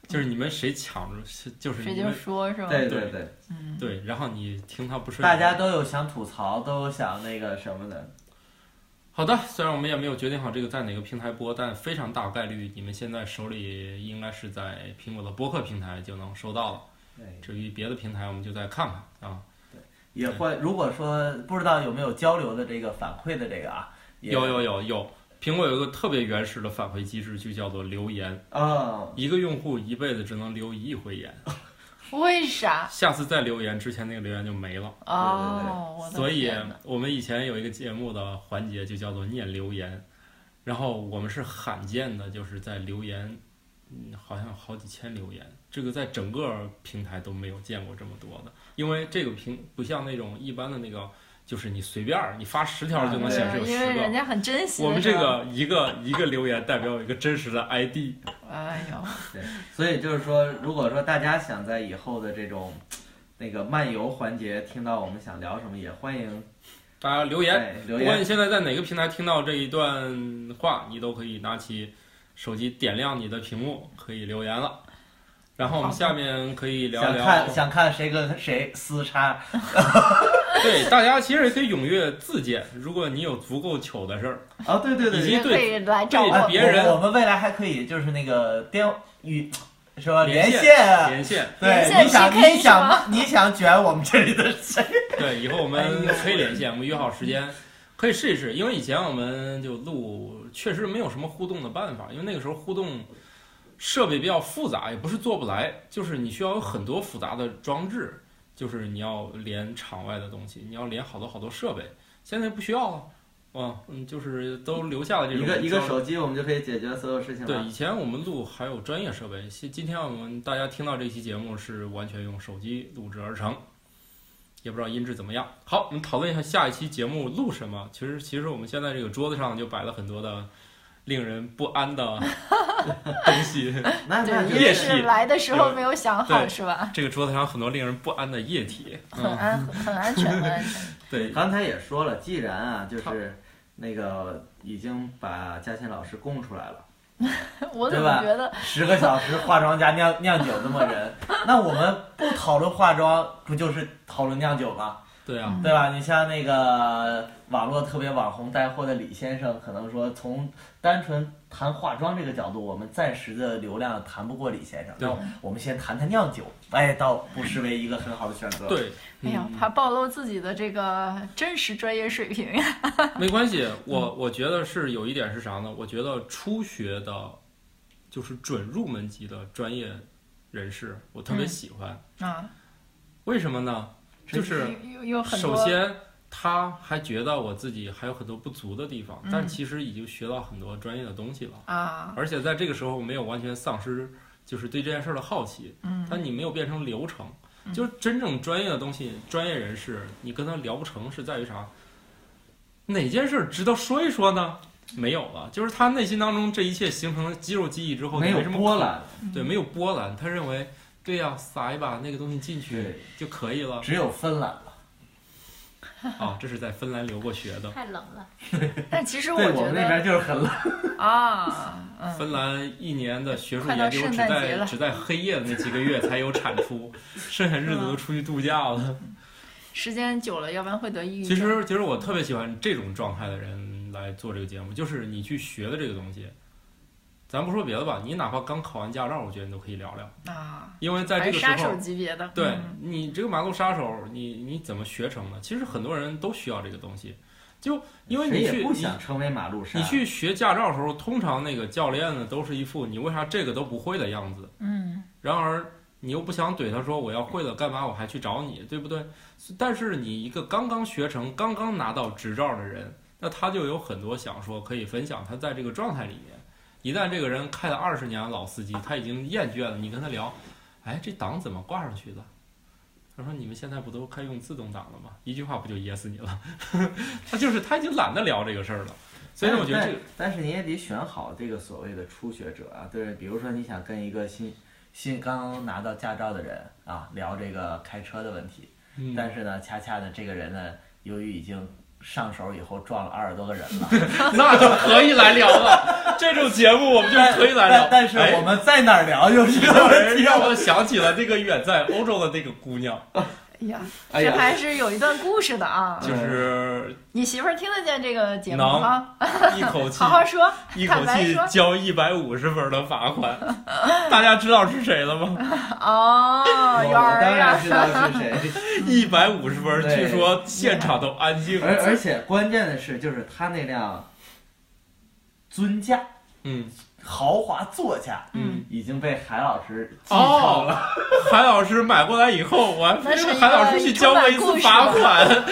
B: 就是你们谁抢着，是就是
C: 谁
B: 你
C: 就
B: 们
C: 说是吧？
D: 对
B: 对
D: 对，
C: 嗯，
B: 对，然后你听他不顺
D: 大
B: 耳，
D: 家都有想吐槽，都有想那个什么的，
B: 好的，虽然我们也没有决定好这个在哪个平台播，但非常大概率你们现在手里应该是在苹果的播客平台就能收到了。
D: 对。
B: 至于别的平台，我们就再看看啊。
D: 也会，如果说不知道有没有交流的这个反馈的这个啊，也
B: 有有有有，苹果有一个特别原始的返回机制，就叫做留言，
D: 啊，
B: 一个用户一辈子只能留一回言，
C: 为啥？
B: 下次再留言之前那个留言就没了。
C: 哦，我的
B: 所以
C: 天哪
B: 我们以前有一个节目的环节就叫做念留言，然后我们是罕见的，就是在留言，嗯，好像好几千留言，这个在整个平台都没有见过这么多的，因为这个平不像那种一般的那个，就是你随便儿你发十条就能
D: 啊
B: 显示有
C: 对，
B: 十
C: 因为人
B: 个。
C: 家很珍惜。
B: 我们
C: 是
B: 这
C: 吧，
B: 个一个一个留言代表一个真实的 ID，
C: 哎呦，
D: 所以就是说，如果说大家想在以后的这种那个漫游环节听到我们想聊什么，也欢迎
B: 大家留言。
D: 哎
B: 不
D: 留
B: 管
D: 言
B: 你。现在在哪个平台听到这一段话，你都可以拿起手机点亮你的屏幕，可以留言了。然后我们下面可以聊一
D: 想
B: 聊
D: 看，想看谁跟谁厮杀，
B: 对大家其实也可以踊跃自荐，如果你有足够糗的事儿，
D: 啊，对对对
B: 已
D: 对
B: 经，
C: 也可以来找
B: 对
D: 哎
C: 我。
B: 别人
D: 我我们未来还可以就是那个电与是吧
B: 连线
D: 线，
B: 连线，
C: 连
D: 对，
C: 线
D: 你想
C: PK
D: 你
C: 是吗
D: 想你想卷我们这里的谁？
B: 对，以后我们可以连线，我们约好时间，可以试一试。因为以前我们就录，确实没有什么互动的办法，因为那个时候互动设备比较复杂，也不是做不来，就是你需要有很多复杂的装置，就是你要连场外的东西，你要连好多好多设备。现在不需要了，啊，嗯，就是都留下了这种
D: 一个一个
B: 交流
D: 手机我们就可以解决所有事情
B: 对，
D: 了。
B: 以前我们录还有专业设备，现今天我们大家听到这期节目是完全用手机录制而成，也不知道音质怎么样。好，我们讨论一下下一期节目录什么。其实，其实我们现在这个桌子上就摆了很多的令人不安的东西，
D: 那那
B: 对
D: 就
B: 你也
C: 就是是来的时候
B: 对
C: 没有想好
B: 对嗯
C: 是吧？
B: 这个桌子上有很多令人不安的液体。
C: 很安很安全，很安全。
B: 对，
D: 刚才也说了，既然啊，就
B: 好
D: 是那个已经把嘉欣老师供出来了，
C: 我怎
D: 对
C: 么
D: 吧
C: 觉得
D: 十个小时化妆加 酿酿酒这么人，那我们不讨论化妆，不就是讨论酿酒吗？
B: 对啊，
D: 对吧？你像那个网络特别网红带货的李先生，可能说从单纯谈化妆这个角度，我们暂时的流量谈不过李先生。
B: 对
D: 那我们先谈谈酿酒，哎，倒不失为一个很好的选择。，
B: 对，
C: 哎
B: 嗯
C: 呀，怕暴露自己的这个真实专业水平呀。
B: 没关系，
C: 嗯
B: 我我觉得是有一点是啥呢？我觉得初学的，就是准入门级的专业人士，我特别
C: 嗯
B: 喜欢。
C: 啊，
B: 为什么呢？就是
C: 有有有很
B: 首
C: 多，
B: 先，他还觉得我自己还有很多不足的地方，但
C: 嗯
B: 其实已经学到很多专业的东西了，
C: 啊，
B: 而且在这个时候没有完全丧失就是对这件事儿的好奇，
C: 嗯
B: 但你没有变成流程，就是真正专业的东西，专业人士你跟他聊不成是在于啥？哪件事儿值得说一说呢？没有了，就是他内心当中这一切形成了肌肉记忆之后，
D: 没有
B: 什么
D: 波
B: 可
D: 澜，
C: 嗯
B: 对，没有波澜，他认为对呀、撒一把那个东西进去
D: 对
B: 就可 以了
D: 只有芬兰了。
B: 啊，这是在芬兰留过学 的。
E: 太冷了，
C: 但其实
D: 对我
C: 觉
D: 们那边
C: 得
D: 就是很冷。
C: 啊，嗯，
B: 芬兰一年的学术
C: 快到
B: 研究只
C: 圣诞节
B: 在
C: 了
B: 只在黑夜的那几个月才有产 出，剩下日
C: 嗯
B: 子都出去度假了。
C: 时间久了，要不然会得抑郁
B: 其
C: 症。
B: 实，其实我特别喜欢这种状态的人来做这个节目，就是你去学的这个东西，咱不说别的吧，你哪怕刚考完驾照，我觉得你都可以聊聊，
C: 啊，
B: 因为在
C: 还
B: 这
C: 是
B: 个时
C: 杀
B: 候
C: 手，级别的，
B: 对
C: 嗯
B: 你这个马路杀手，你你怎么学成的？其实很多人都需要这个东西，就因为
D: 谁
B: 你
D: 也
B: 去
D: 不
B: 你
D: 想啊成为马路杀。
B: 你去学驾照的时候，通常那个教练呢都是一副你为啥这个都不会的样子。
C: 嗯，
B: 然而你又不想怼他说我要会了，干嘛我还去找你，对不对？但是你一个刚刚学成、刚刚拿到执照的人，那他就有很多想说可以分享，他在这个状态里面，一旦这个人开了二十年老司机，他已经厌倦了，你跟他聊，哎，这档怎么挂上去的？他说：“你们现在不都开用自动挡了吗？一句话不就噎死你了？他就是他已经懒得聊这个事儿了，所以
D: 但
B: 我觉得这
D: 但
B: 个
D: 但是你也得选好这个所谓的初学者啊，对，比如说你想跟一个新新刚拿到驾照的人啊聊这个开车的问题，
B: 嗯
D: 但是呢，恰恰呢，这个人呢，由于已经上手以后撞了二十多个人了，
B: 那就可以来聊了。 这种节目我们就可以来聊
D: 但。但是
B: 哎
D: 我们在哪儿聊就是 一个
B: 让
D: 问
B: 人
D: 题。 啊
B: 让我想起了那个远在欧洲的那个姑娘，
C: 哎呀，
D: 哎
C: 这
D: 呀
C: 还是有一段故事的啊。
B: 就是
C: 你媳妇儿听得见这个节目
B: 能
C: 啊？
B: 一口气
C: 好好说，
B: 一口
C: 坦白
B: 气
C: 说
B: 交一百五十分的罚款，大家知道是谁 了吗？
C: 哦，
D: 哎我
C: 有儿啊
D: 当然
C: 呀，
D: 知道是谁，
B: 一百五十分，
D: 对
B: 据说现场都安静。
D: 而而且关键的是，就是他那辆尊驾
B: 嗯
D: 豪华座驾
B: 嗯，
D: 已经被海老师继承了。
B: 哦，韩老师买过来以后，我还
C: 那是一个
B: 韩老师去交过一次罚款。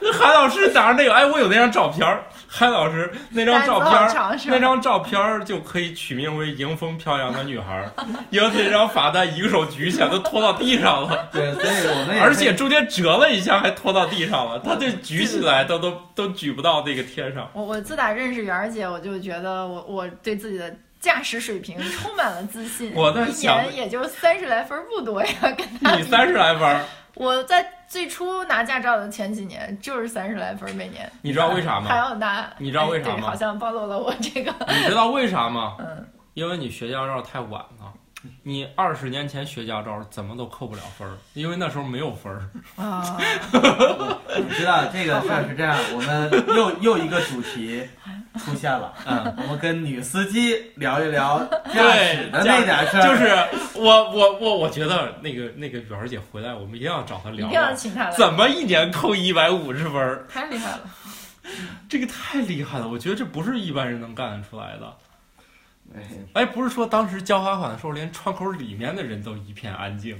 B: 那韩老师哪儿那个？哎，我有那张照片儿。韩老师那张照片
C: 单
B: 儿
C: 子好长是吧
B: 那张照片儿就可以取名为“迎风飘扬的女孩儿”，因为那张罚单一个手举起来都拖到地上了，
D: 对，所以我们也
B: 而且中间折了一下还拖到地上了，他这举起来都都都举不到那个天上。
C: 我我自打认识媛儿姐，我就觉得我我对自己的驾驶水平充满了自信。
B: 我在
C: 一
B: 想
C: 年也就三十来分儿不多呀，跟她
B: 你三十来分儿，
C: 我在最初拿驾照的前几年就是三十来分儿每年，
B: 你知道为啥吗？
C: 还要拿，
B: 嗯你知道为啥
C: 哎对
B: 吗
C: 好像暴露了我这 个
B: 你知道为啥吗？
C: 嗯，
B: 因为你学驾照太晚了。你二十年前学驾照怎么都扣不了分儿，因为那时候没有分儿。
C: 啊，
D: 你知道这个事儿是这样，我们又又一个主题出现了，嗯，我们跟女司机聊一聊驾驶的那点事儿，
B: 就是我我我我觉得那个那个媛儿姐回来，我们一定要找她
C: 一
B: 聊
C: 定要
B: 聊，
C: 请她来，
B: 怎么一年扣一百五十分儿，
C: 太厉害了。
B: 这个太厉害了，我觉得这不是一般人能干得出来的。
D: 哎
B: 哎，不是说当时交罚款的时候，连窗口里面的人都一片安静，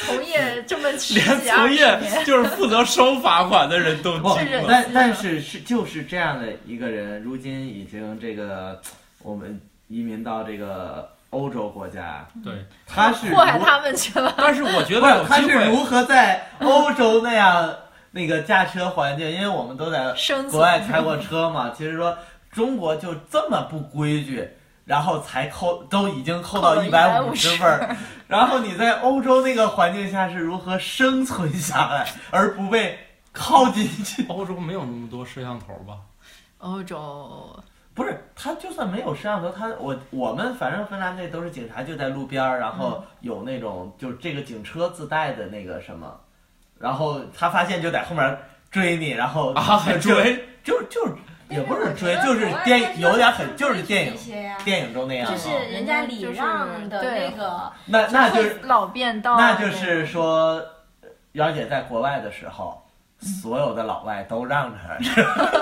C: 从业这么十
B: 连
C: 几二
B: 从
C: 十
B: 业
C: 年，
B: 就是负责收罚款的人都
D: 不
C: 啊
B: 惊
C: 是，
B: 了。
D: 但但是是就是这样的一个人，如今已经这个我们移民到这个欧洲国家，
B: 对，
D: 他是 如
C: 祸害他们去了。
B: 但是我觉
D: 不
B: 得
D: 是
B: 有
D: 他是
B: 机会
D: 如何在欧洲那样那个驾车环境，因为我们都在
C: 生
D: 国
C: 存
D: 外开过车嘛，其实说中国就这么不规矩，然后才扣都已经扣到
C: 扣
D: 一
C: 了
D: 百五十
C: 150
D: 分儿，然后你在欧洲那个环境下是如何生存下来而不被铐进去？
B: 欧洲没有那么多摄像头吧？
C: 欧洲，
D: 不是，他就算没有摄像头，他我我们反正芬兰那都是警察就在路边儿，然后有那种就是这个警车自带的那个什么。然后他发现就在后面追你，然后
B: 啊，还追，
D: 就，就就是也不是追，
E: 但
D: 就是是
E: 我觉得
D: 电
E: 国外
D: 有点
E: 电视
D: 很就是
E: 剧
D: 电
E: 那
D: 影
E: 些呀
D: 电影中那样
E: 就
D: 啊，
E: 是人家礼让的
C: 就是
E: 那个，
D: 那那就是
C: 老变
E: 啊
C: 道，
D: 那就是说，姚姐在国外的时候，所有的老外都 让着她，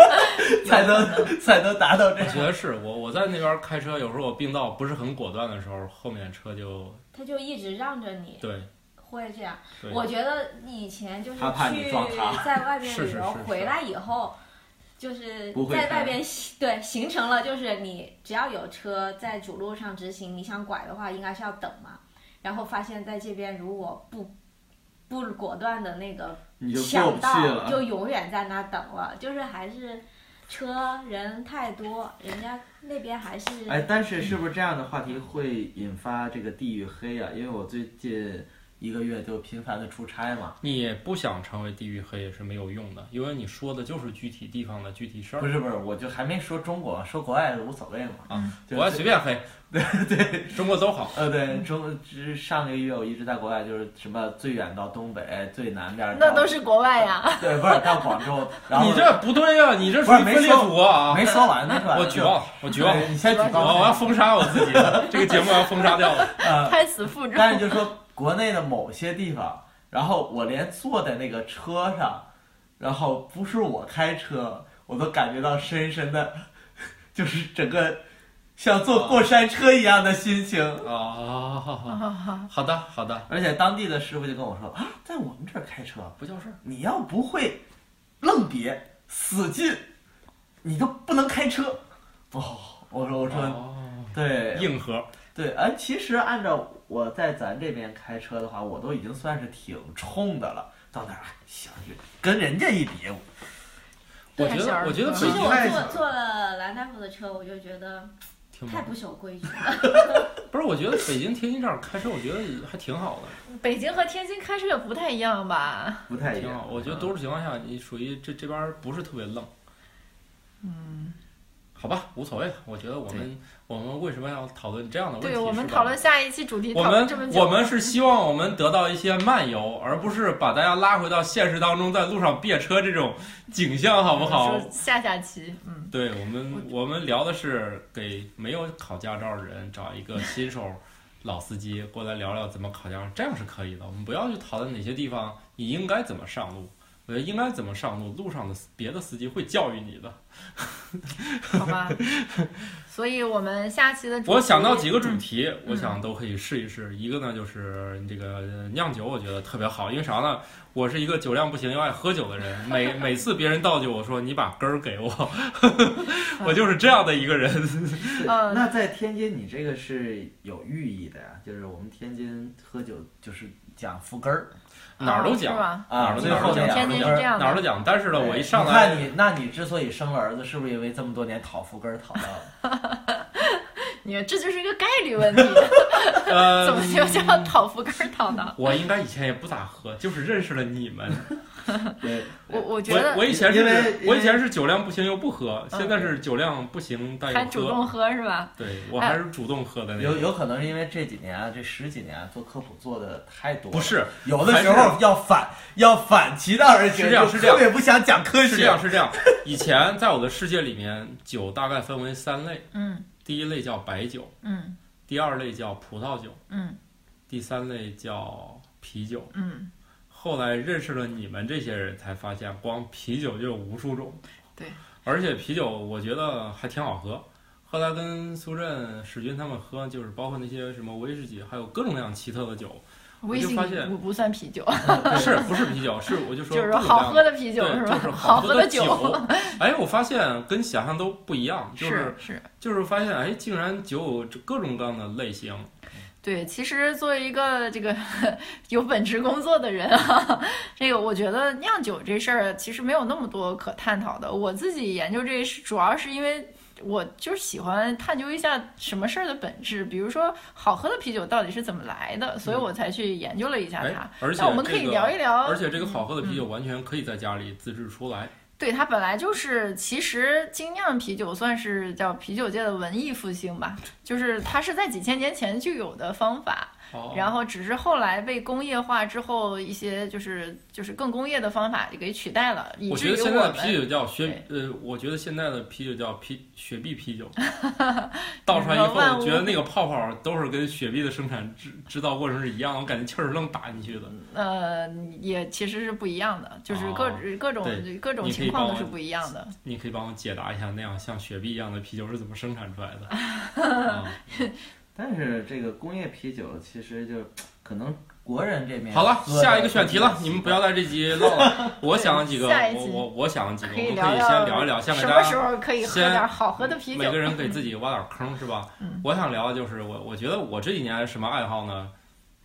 D: 才能才能达到 这
B: 我觉得是我我在那边开车，有时候我并道不是很果断的时候，后面车就
E: 他就一直让着你，
B: 对
E: 会这样。
B: 对，
E: 我觉得以前就是
D: 他怕你
E: 去
D: 撞他
E: 在外面
B: 是
E: 旅
B: 是
E: 游
B: 是是
E: 回来以后，就是
D: 不会
E: 在
D: 开
E: 外边形对形成了，就是你只要有车在主路上直行，你想拐的话应该是要等嘛。然后发现在这边如果不不果断的那个
D: 你
E: 想到，就永远在那等了，就是还是车人太多，人家那边还是
D: 哎，但是是不是这样的话题会引发这个地域黑啊？因为我最近一个月就频繁的出差嘛，
B: 你不想成为地域黑也是没有用的，因为你说的就是具体地方的具体事
D: 不
B: 儿
D: 是不是，我就还没说中国，说国外无所谓嘛。
B: 啊，
D: 就
B: 国外随便黑，对对，中国都好。
D: 呃，对，中之上个月我一直在国外，就是什么最远到东北，最南边
C: 那
D: 到
C: 都是国外呀，
D: 对，不是到 广州，然后
B: 你这不对呀、你这属
D: 不是
B: 于
D: 没
B: 分裂
D: 说
B: 祖国啊！
D: 没说完呢，是吧？
B: 我举报，我举报，
D: 对你先举
B: 我
D: 报
B: 我要封杀我自己了，这个节目要封杀掉了。
D: 呃，
C: 拍死腹中。
D: 但是就说国内的某些地方，然后我连坐在那个车上，然后不是我开车，我都感觉到深深的，就是整个像坐过山车一样的心情。
B: 啊，好好好好的好的，
D: 而且当地的师傅就跟我说，啊，在我们这儿开车，
B: 不叫事儿。
D: 你要不会愣别死劲，你都不能开车。哦，我说我说
B: 哦，
D: 对，
B: 硬核，
D: 对，而其实按照我在咱这边开车的话，我都已经算是挺冲的了。到那儿，哎想去跟人家一比，
B: 我
C: 对
B: 觉
C: 小
B: 得
C: 人
B: 我觉得
E: 其
C: 车
B: 北
E: 实
B: 京
E: 我
B: 还
E: 坐坐了蓝大夫的车，我就觉得
B: 挺
E: 太
B: 猛
E: 不守规矩了。
B: 不是，我觉得北京、天津这儿开车，我觉得还挺好的，
C: 北京和天津开车也不太一样吧？
D: 不太一
B: 挺
D: 样嗯
B: 好。。我觉得多数情况下，你属于这这边儿不是特别愣。
C: 嗯，
B: 好吧，无所谓了。我觉得我们我们为什么要讨论这样的问题？
C: 对，我们
B: 是吧
C: 讨论下一期主题，
B: 我
C: 讨论
B: 们
C: 这么久，
B: 我们是希望我们得到一些漫游，而不是把大家拉回到现实当中，在路上别车这种景象，好不好？
C: 说下下期，嗯，
B: 对我们，我们聊的是给没有考驾照的人找一个新手老司机过来聊聊怎么考驾照，这样是可以的。我们不要去讨论哪些地方你应该怎么上路，我觉得应该怎么上路，路上的别的司机会教育你的。
C: 好 吧。所以我们下期的主题
B: 我想到几个主题，
C: 嗯
B: 我想都可以试一试。一个呢，就是这个酿酒，我觉得特别好，因为啥呢？我是一个酒量不行又爱喝酒 的人，每每次别人倒酒，我说你把根儿给我，我就是这样的一个人。
D: 是
C: 嗯
D: 那在天津，你这个是有寓意的呀，就是我们天津喝酒就是讲扶根儿
B: 哪儿都讲
C: 嗯是吧？
B: 哪儿
D: 啊，
B: 都
D: 最
B: 讲
D: 后那
C: 天
D: 两
C: 津
D: 个
C: 哦是
D: 根
C: 这
D: 儿。
C: 样
B: 哪儿都
C: 的，
B: 讲，但是呢，
D: 对
B: 我一上
D: 你
B: 来，
D: 看你，那你之所以生了儿子，是不是因为这么多年讨扶根儿讨到 的？
C: 你这就是一个概率问题，
B: 呃，
C: 怎么就叫讨福根儿讨呢？
B: 我应该以前也不咋喝，就是认识了你们。
D: 对，
C: 我我觉
B: 我
C: 得嗯
B: 我以前
D: 因为
B: 是，
D: 因为
B: 我以前是酒量不行又不喝，现在是酒量不行但
C: 还
B: 又
C: 主
B: 喝。
C: 动喝是吧？
B: 对我还是主动喝的那
D: 有
B: 种。
D: 有可能是因为这几年啊，这十几年啊，做科普做的太多了，
B: 不是，
D: 有的时
B: 还
D: 候要反要反其道而行，
B: 是这样
D: 就是
B: 这样
D: 特别不想讲科
B: 是这
D: 学
B: 样，。是这样。以前在我的世界里面，酒大概分为三类，
C: 嗯
B: 第一类叫白酒，
C: 嗯
B: 第二类叫葡萄酒，
C: 嗯
B: 第三类叫啤酒。
C: 嗯，
B: 后来认识了你们这些人，才发现光啤酒就有无数种。
C: 对，
B: 而且啤酒我觉得还挺好喝。后来跟苏振、史军他们喝，就是包括那些什么威士忌，还有各种各样奇特 的酒，
C: 威
B: 就
C: 士忌
B: 发现
C: 不不算啤酒，
B: 是不是啤酒？是我就说
C: 就是说
B: 各种各样
C: 好喝的啤酒
B: 对
C: 是
B: 就
C: 吧？
B: 是
C: 好
B: 喝
C: 的
B: 酒。哎，我发现跟想象都不一样，就是
C: 是。
B: 就是发现，哎，竟然酒有各种各样的类型。
C: 对，其实作为一个这个 有本职工作的人啊，这个我觉得酿酒这事儿其实没有那么多可探讨的。我自己研究这事，主要是因为我就是喜欢探究一下什么事儿的本质，比如说好喝的啤酒到底是怎么来的，所以我才去研究了一下它。
B: 嗯哎，而且
C: 那我们可以
B: 这个
C: 聊一聊嗯
B: 而且这个好喝的啤酒完全可以在家里自制出来，
C: 对，它本来就是，其实精酿啤酒算是叫啤酒界的文艺复兴吧，就是它是在几千年前就有的方法，
B: 哦，
C: 然后只是后来被工业化之后，一些就是就是更工业的方法给取代了，以
B: 我
C: 至
B: 觉
C: 于
B: 得现在
C: 我
B: 的啤
C: 们
B: 酒叫雪，呃，我觉得现在的啤酒叫啤雪碧 啤酒，倒出来以
C: 你
B: 后，
C: 说万物
B: 我觉得那个泡泡都是跟雪碧的生产制制造过程是一样的，我感觉气儿是愣打进去的。
C: 呃也其实是不一样的，就是各、
B: 哦
C: 各种
B: 对
C: 各种
B: 你可以
C: 情况
B: 帮
C: 都
B: 我
C: 是不一样的。
B: 你可以帮我解答一下，那样像雪碧一样的啤酒是怎么生产出来 的？啊
D: 但是这个工业啤酒其实就可能国人这面
B: 好了，
D: 喝的
B: 下一个选题了
D: 比，较
B: 你们不要在这 集唠了。我想几个，
C: 下一
B: 我
C: 集
B: 我我想几个，
C: 可
B: 我们
C: 以
B: 可以
C: 聊
B: 先聊一聊，先给
C: 什
B: 大
C: 么时
B: 家
C: 候可以喝
B: 先
C: 点好喝的啤酒
B: 每。个人给自己挖点坑，是吧？
C: 嗯
B: 我想聊的就是我，我觉得我这几年什么爱好呢？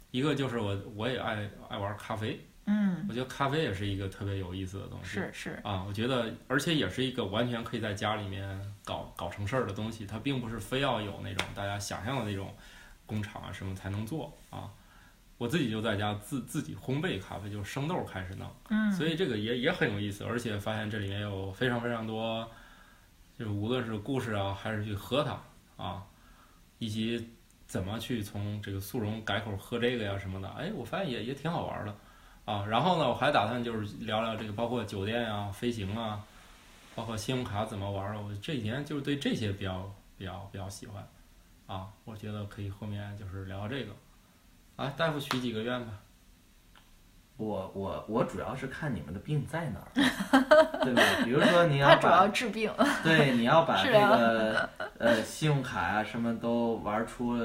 B: 一个就是我我也爱爱玩咖啡，
C: 嗯，
B: 我觉得咖啡也是一个特别有意思的东西。
C: 是是，
B: 啊，我觉得，而且也是一个完全可以在家里面搞搞成事儿的东西，它并不是非要有那种大家想象的那种工厂啊什么才能做啊。我自己就在家自自己烘焙咖啡，就是生豆开始弄，
C: 嗯，
B: 所以这个也也很有意思，而且发现这里面有非常非常多，就是无论是故事啊，还是去喝它啊，以及怎么去从这个速溶改口喝这个呀什么的，哎，我发现也也挺好玩的啊。然后呢，我还打算就是聊聊这个，包括酒店啊、飞行啊，包括信用卡怎么玩儿。我这几年就是对这些比较比较比较喜欢啊，我觉得可以后面就是聊这个。啊，大夫许几个愿吧。
D: 我我我主要是看你们的病在哪儿， 对吧？比如说你要
C: 它主
D: 把
C: 要治病。
B: 啊
D: 对你要把
C: 是
D: 这
C: 啊
D: 个呃信用卡啊什么都玩出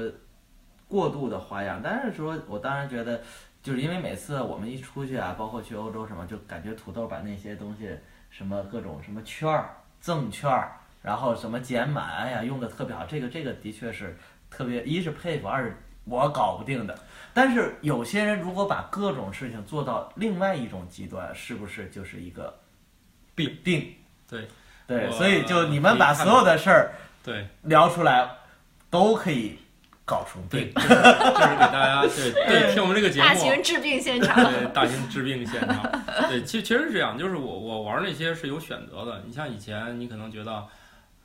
D: 过度的花样，但是说我当然觉得，就是因为每次我们一出去啊，包括去欧洲什么，就感觉土豆把那些东西什么各种什么券儿、赠券儿，然后什么减满，哎呀，用的特别好，这个这个的确是特别，一是佩服，二是我搞不定的。但是有些人如果把各种事情做到另外一种极端，是不是就是一个
B: 病
D: 病？
B: 对
D: 对，
B: 我
D: 所以就你们把所有的事儿
B: 对，
D: 聊出来，都可以搞出
B: 对，
D: 病。
B: 就是就是给大家对对听我们这个节目，
C: 大型治病现场。
B: 对大型治病现场，对，其其实是这样，就是我我玩那些是有选择的。你像以前你可能觉得，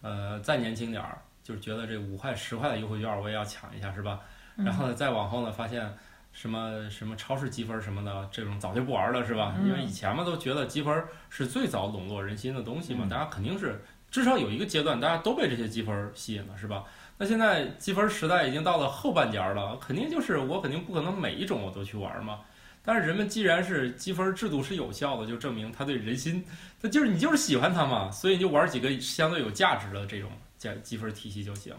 B: 呃，再年轻点儿，就是觉得这五块十块的优惠券我也要抢一下，是吧？
C: 嗯
B: 然后呢，再往后呢，发现什么什么超市积分什么的，这种早就不玩了，是吧？
C: 嗯
B: 因为以前嘛都觉得积分是最早笼络人心的东西嘛，
D: 嗯
B: 大家肯定是至少有一个阶段，大家都被这些积分吸引了，是吧？那现在积分时代已经到了后半截儿了，肯定就是我肯定不可能每一种我都去玩嘛。但是人们既然是积分制度是有效的，就证明它对人心，它就是你就是喜欢它嘛，所以你就玩几个相对有价值的这种加积分体系就行。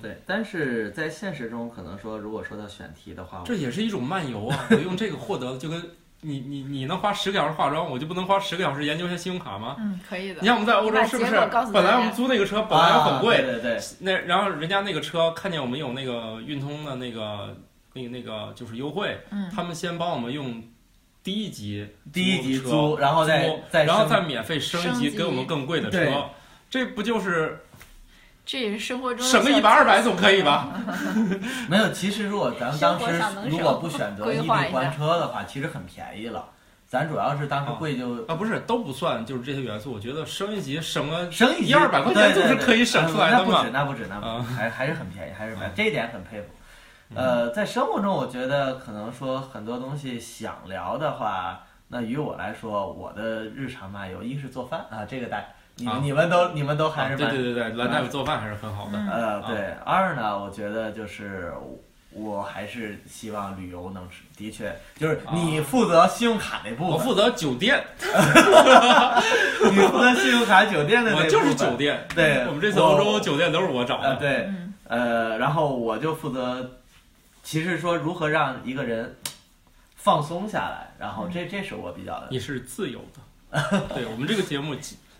D: 对，但是在现实中，可能说如果说到选题的话，
B: 这也是一种漫游啊！我用这个获得了，就跟你你你能花十个小时化妆，我就不能花十个小时研究一下信用卡吗？
C: 嗯，可以的
B: 你。像我们在欧洲是不是
C: 你把结果告诉？大家
B: 本来我们租那个车本来
D: 啊
B: 很贵，
D: 对对对，
B: 那然后人家那个车看见我们有那个运通的那个那个那个就是优惠，
C: 嗯
B: 他们先帮我们用第一级
D: 第一集
B: 车
D: 租，然后哦再
B: 租
D: 再
B: 然后再
D: 生
B: 免费升
C: 升
B: 一级
C: 级
B: 给我们更贵的
D: 对
B: 车，这不就是
C: 这也是生活中的
B: 省个
C: 小
B: 一百二百总可以吧？
D: 没有。其实如果咱们当
E: 生活上能
D: 时
E: 省
D: 如果不选择
C: 规
D: 异地
C: 划一下
D: 还车的话，其实很便宜了。咱主要是当时贵就
B: 啊，不是都不算，就是这些元素，我觉得升一级省个
D: 省一
B: 一二百块钱就是可以省出来的
D: 那
B: 嘛
D: 不止，那不止，那不止，
B: 啊
D: 还还是很便宜，还是很便宜
B: 嗯，
D: 这一点很佩服。呃，在生活中，我觉得可能说很多东西想聊的话，那于我来说，我的日常漫游一是做饭啊，这个大你们、
B: 啊
D: 你们都你们都还是
B: 对
D: 蛮、
B: 对对对，蓝大夫做饭还是很好的。
D: 呃
B: 啊
D: 对。二呢，我觉得就是我我还是希望旅游能是的确就是你负责信用卡那部
B: 啊我
D: 分，
B: 负责酒店，
D: 你负责信用卡酒店的那部
B: 我
D: 分，
B: 就是酒店。
D: 对
B: 我们这次
D: 我
B: 欧洲酒店都是我找
D: 呃，
B: 的。
D: 对，
C: 嗯
D: 呃，然后我就负责，其实说如何让一个人
B: 嗯
D: 放松下来，然后这这是我比较的，
B: 你是自由的，对我们这个节目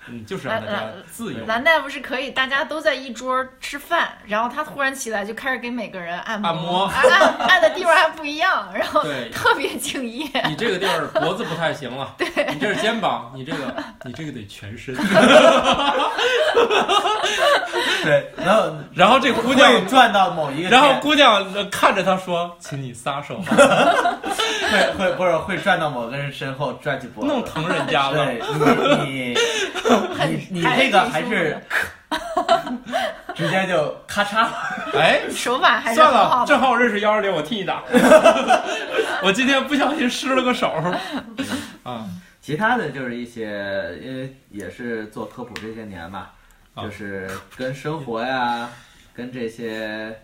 B: 嗯，就是
C: 呃
B: 让大家自由。
C: 蓝大夫是可以，大家都在一桌吃饭，然后他突然起来就开始给每个人按摩，
B: 按摩
C: 按按按的地方还不一样，然后 啊
B: 对
C: 特别敬业。
B: 你这个地儿脖子不太 行了，你这是肩膀，你这个 你这个得全身。
D: 对，然后
B: 然后这姑娘，
D: 会转到某一个点，
B: 然后姑娘呃看着他说：“请你撒手，
D: 会会不是会转到某个人身后拽起脖子，
B: 弄疼人家 了。
D: 对你你你你这个还是直接就咔嚓，”
B: 哎，
C: 手法还是
B: 算
C: 很
B: 了，
C: 好的。
B: 正好认识幺二零，我替 你打。我今天不小心失了个手。啊，
D: 其他的就是一些，因为也是做科普这些年嘛，
B: 啊
D: 就是跟生活呀，跟这些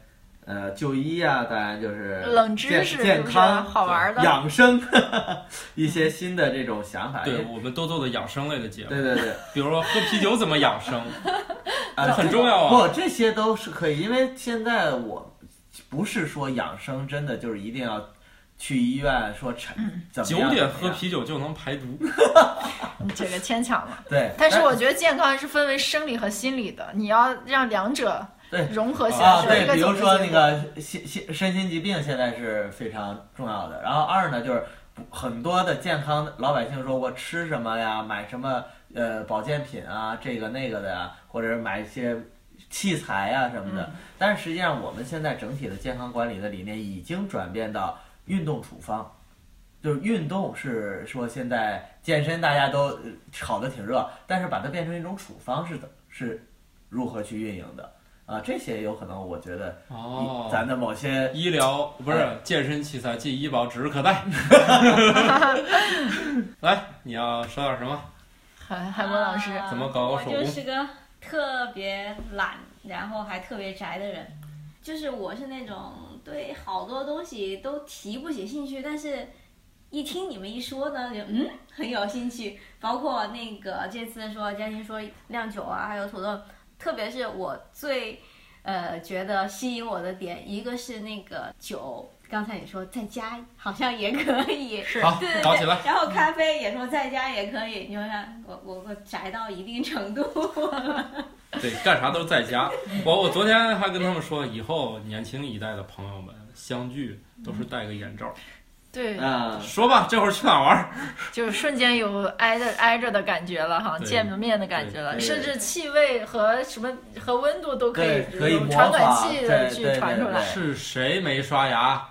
D: 呃就医呀，当然就是
C: 冷知识是
D: 健
C: 不
D: 健
C: 是
D: 康、
C: 好玩的？
D: 养生 一些新的这种想法。
B: 对我们多做做养生类的节目，
D: 对对 对，
B: 比如说喝啤酒怎么养 生，
D: 啊
B: 这很重要啊。
D: 不，这些都是可以，因为现在我不是说养生真的就是一定要去医院说产
C: 嗯
D: 怎么
B: 九
D: 样
B: 点
D: 怎么
B: 喝
D: 样
B: 啤酒就能排毒，
C: 你这个牵强了。
D: 对，
C: 但是我觉得健康是分为生理和心理的，你要让两者
D: 对
C: 融合起
D: 啊，
C: 来，是一
D: 对，
C: 个
D: 比如
C: 总结
D: 说那个心心身心疾病现在是非常重要的。然后二呢，就是不很多的健康老百姓说我吃什么呀，买什么呃保健品啊，这个那个的呀，或者是买一些器材呀、什么
C: 嗯
D: 的。但是实际上，我们现在整体的健康管理的理念已经转变到运动处方。就是运动是说现在健身大家都呃炒得挺热，但是把它变成一种处方是怎是如何去运营的啊？这些有可能我觉得
B: 哦
D: 咱的某些
B: 医疗不是
D: 哎
B: 健身器材，即医保指日可 待。来，你要说点什么？
C: 海海波老师，
E: 啊
B: 怎么搞手工
E: 我就是个特别懒，然后还特别宅的人，就是我是那种对好多东西都提不起兴趣，但是一听你们一说呢，就嗯很有兴趣。包括那个这次说嘉欣说酿酒啊，还有土豆，特别是我最。呃，觉得吸引我的点，一个是那个酒，刚才你说在家好像也可以，
C: 是
B: 好
E: 对对，
B: 搞
E: 对，
B: 起来。
E: 然后咖啡也说在家也可以，你说看我我我宅到一定程度，
B: 对，干啥都在家。我我昨天还跟他们说，以后年轻一代的朋友们相聚都是戴个眼罩。
C: 对，
D: 啊
B: 说吧，这会儿去哪儿玩儿？
C: 就是瞬间有挨着挨着的感觉了哈，
B: 对
C: 见面的感觉了，
D: 对对
C: 甚至气味和什么和温度都可以
D: 对可以
C: 用
D: 模
C: 传感
D: 仿
C: 器
D: 对
C: 的
D: 对
C: 去
D: 对
C: 传出来。
D: 对
B: 是谁没刷牙？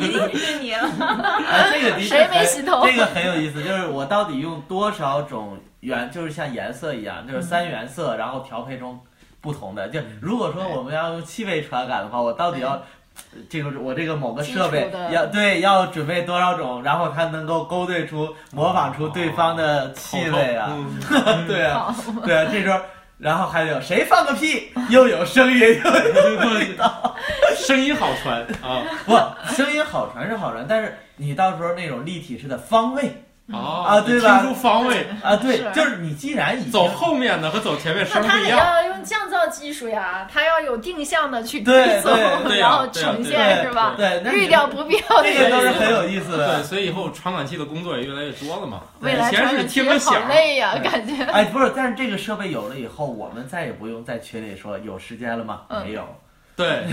E: 一定是你了。
D: 啊，这个的确
C: 谁没
D: 很
C: 洗头
D: 这个很有意思，就是我到底用多少种原，就是像颜色一样，就是
C: 嗯
D: 三原色，然后调配中不同的。就
B: 嗯
D: 如果说我们要用气味传感的话，我到底要。这个我这个某个设
C: 基
D: 备
C: 础的
D: 要对要准备多少种，然后它能够勾兑
B: 哦
D: 出模仿出对方的
B: 口
D: 气
B: 臭
D: 味啊，
B: 嗯
D: 对啊，
C: 好，
D: 对啊，这时候然后还有谁放个屁，又有声音，又有
B: 声音好传啊！
D: 不声音好传是好传，但是你到时候那种立体式的方位，
B: 哦
D: 啊对吧
B: 听出方位，
D: 啊，对，
C: 是
D: 就是你既然已经
B: 走后面的和走前面声
C: 那
B: 儿不
C: 他
B: 一
C: 也
B: 样。
C: 要用降噪技术呀，他要有定向的去
D: 对
C: 推送，
D: 对啊
B: 对 呀
C: 然后呈
B: 对呀
C: 现
D: 对
C: 是吧？
D: 对，啊那
C: 滤掉不必要的
D: 这个
C: 元
D: 都是
C: 素。
D: 很有意思
B: 对，
D: 的。
B: 所以以后传感器的工作也越来越多了嘛。
C: 未来
B: 以前
C: 传
B: 是
C: 感器
B: 听个响
C: 好，累呀，
D: 对
C: 感 觉。
D: 哎，不是，但是这个设备有了以后，我们再也不用在群里说有时间了吗？
C: 嗯
D: 没有，
B: 对，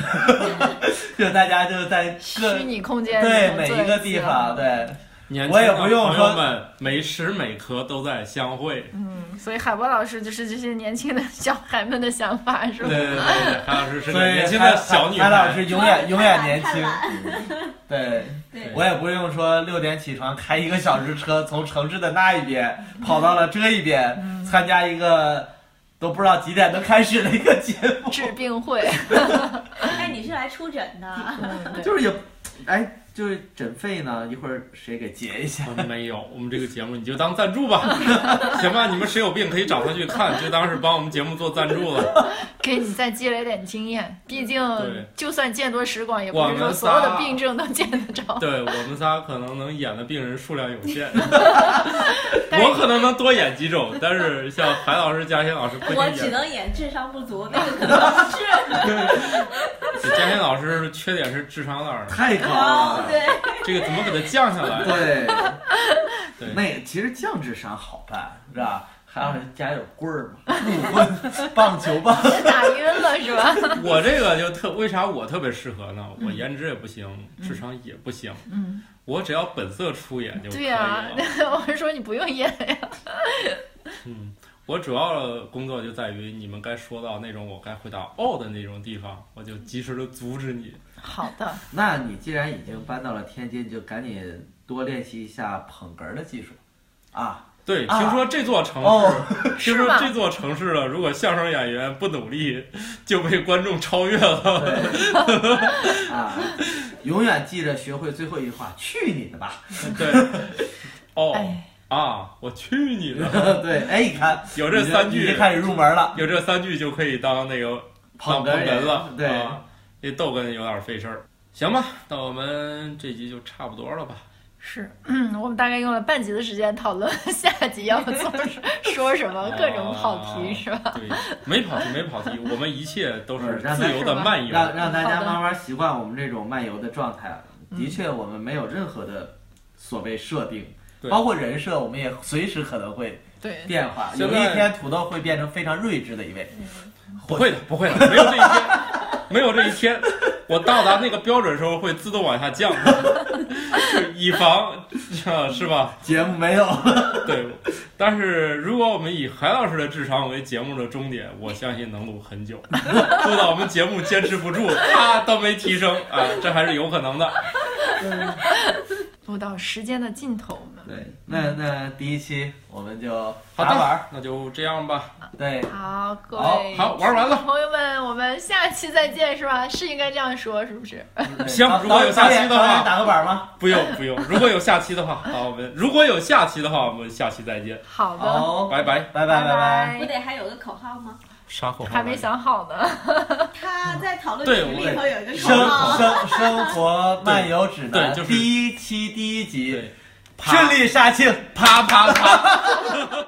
D: 就大家就在各
C: 虚拟空间
D: 对
C: 里面
D: 每
C: 做嗯
D: 一个
C: 次啊
D: 地方，对
B: 年轻
D: 我也
B: 的
D: 不
B: 朋
D: 用说
B: 友们每时每刻都在相会。
C: 嗯，所以海波老师就是这些年轻的 小孩们的想法是
B: 对
C: 吧？
B: 对对 对，韩老师是个
D: 所以
B: 年轻
D: 韩
B: 的小女
D: 韩老
B: 孩。
D: 师永远永远
E: 太
D: 年
E: 懒
D: 轻。嗯对
E: 对，
D: 我也不用说六点起床开一个小时 车，从城市的那一边跑到了这一边，
E: 嗯
D: 参加一个都不知道几点能开始的一个节目。
C: 治病会，
E: 哎，你是来出诊的，
C: 嗯对
D: 就是也，哎，就是诊费呢，一会儿谁给结一 下？
B: 我们没有，我们这个节目你就当赞助 吧，行吧？你们谁有病可以找他去看，就当是帮我们节目做赞助了。
C: 给你再积累点经验。毕竟
B: 嗯对，
C: 就算见多识广，也不
B: 我
C: 是
B: 们
C: 说所有
B: 仨
C: 的病症都见得 着。
B: 对我们仨可能能演的病人数量有 限，
C: 但是
B: 我可能能多演几种，但是像韩老师、嘉欣老师不一
E: 我
B: 定
E: 只
B: 演。
E: 能演智商不足，那个可 能是
B: 嘉欣老师缺点是智商那儿，
D: 太高
E: 哦，
D: 了，
E: 对，
B: 这个怎么给他降下来？
D: 对，
B: 对
D: 那个其实降智商好办，是吧？
E: 嗯
D: 还有人家有棍儿嘛， 木棍、棒球棒，
C: 打晕了是吧？
B: 我这个就特为啥我特别适合呢？我颜值也不行，智商也不行，
C: 嗯，
B: 我只要本色出演就可以啊
C: 对呀
B: 了。、
C: 我是说你不用演呀。
B: 嗯，我主要工作就在于你们该说到那种我该回答哦的那种地方，我就及时的阻止你。
C: 好的，
D: 那你既然已经搬到了天津，就赶紧多练习一下捧哏儿的技术啊！
B: 对，
D: 啊
B: 听说这座城市，
D: 哦
B: 听
C: 是
B: 说
C: 吗
B: 这座城市了，如果相声演员不努力，就被观众超越了。
D: 对 啊，永远记着学会最后一句话：“去你 的吧
B: 对，哦、
C: 哎，
B: 啊，我去你！”的！
D: 对，哎，你看
B: 有这
D: 你就
B: 三
D: 你
B: 句
D: 就，开始入门了，
B: 有这三句就可以当那个当
D: 哏
B: 捧
D: 儿
B: 哏
D: 也
B: 了。
D: 对，
B: 啊这逗哏有点费事儿。行吧，那我们这集就差不多 了吧？
C: 是，嗯，我们大概用了半集的时间讨论下集要做什说什么，各种跑题是吧？
B: 对，没跑题，没跑题，我们一切都是
D: 嗯让
B: 自由的漫游。
D: 让让大
C: 好
D: 家
C: 的
D: 慢慢习惯我们这种漫游的状态。啊的
C: 嗯
D: 确，我们没有任何的所谓设定，
B: 对
D: 包括人设，我们也随时可能会
C: 对，
D: 变化。
B: 现
D: 有
B: 在
D: 一天，土豆会变成非常睿智的一位，
B: 不会的，不会的，没有这一天，没有这一天。我到达那个标准的时候会自动往下降， 就以防啊是吧？
D: 节目没有。
B: 对。但是如果我们以韩老师的智商为节目的终点，我相信能录很久，录到我们节目坚持不住，他都没提升啊，这还是有可能的。
C: 录到时间的尽头，我们
D: 对，那那第一期我们就
B: 好
D: 打
B: 的
D: 玩儿，
B: 那就这样吧。
D: 对，
C: 好，各
D: 好
C: 位
B: 好，玩完了。
C: 朋友们，我们下期再见是吧？是应该这样说是不是？
B: 行
D: 导
B: 如果有下期的
D: 导演导演
B: 话
D: 打个板儿吗？
B: 不用不用，如果有下期的话，好，我们如果有下期的话，我们下期再见，
C: 好的，
D: 好，
B: 拜拜。
D: 拜拜拜拜。
E: 不得还有个口号吗？
B: 啥口号来着？
C: 还没想好呢。
E: 他在讨论
B: 对
E: 群
B: 我
E: 里头有一个
D: 生
E: 口号，
D: 生生活漫游指南
B: 对就是
D: 第一期第一集
B: 对，啪
D: 顺利杀青。
B: 啪啪啪。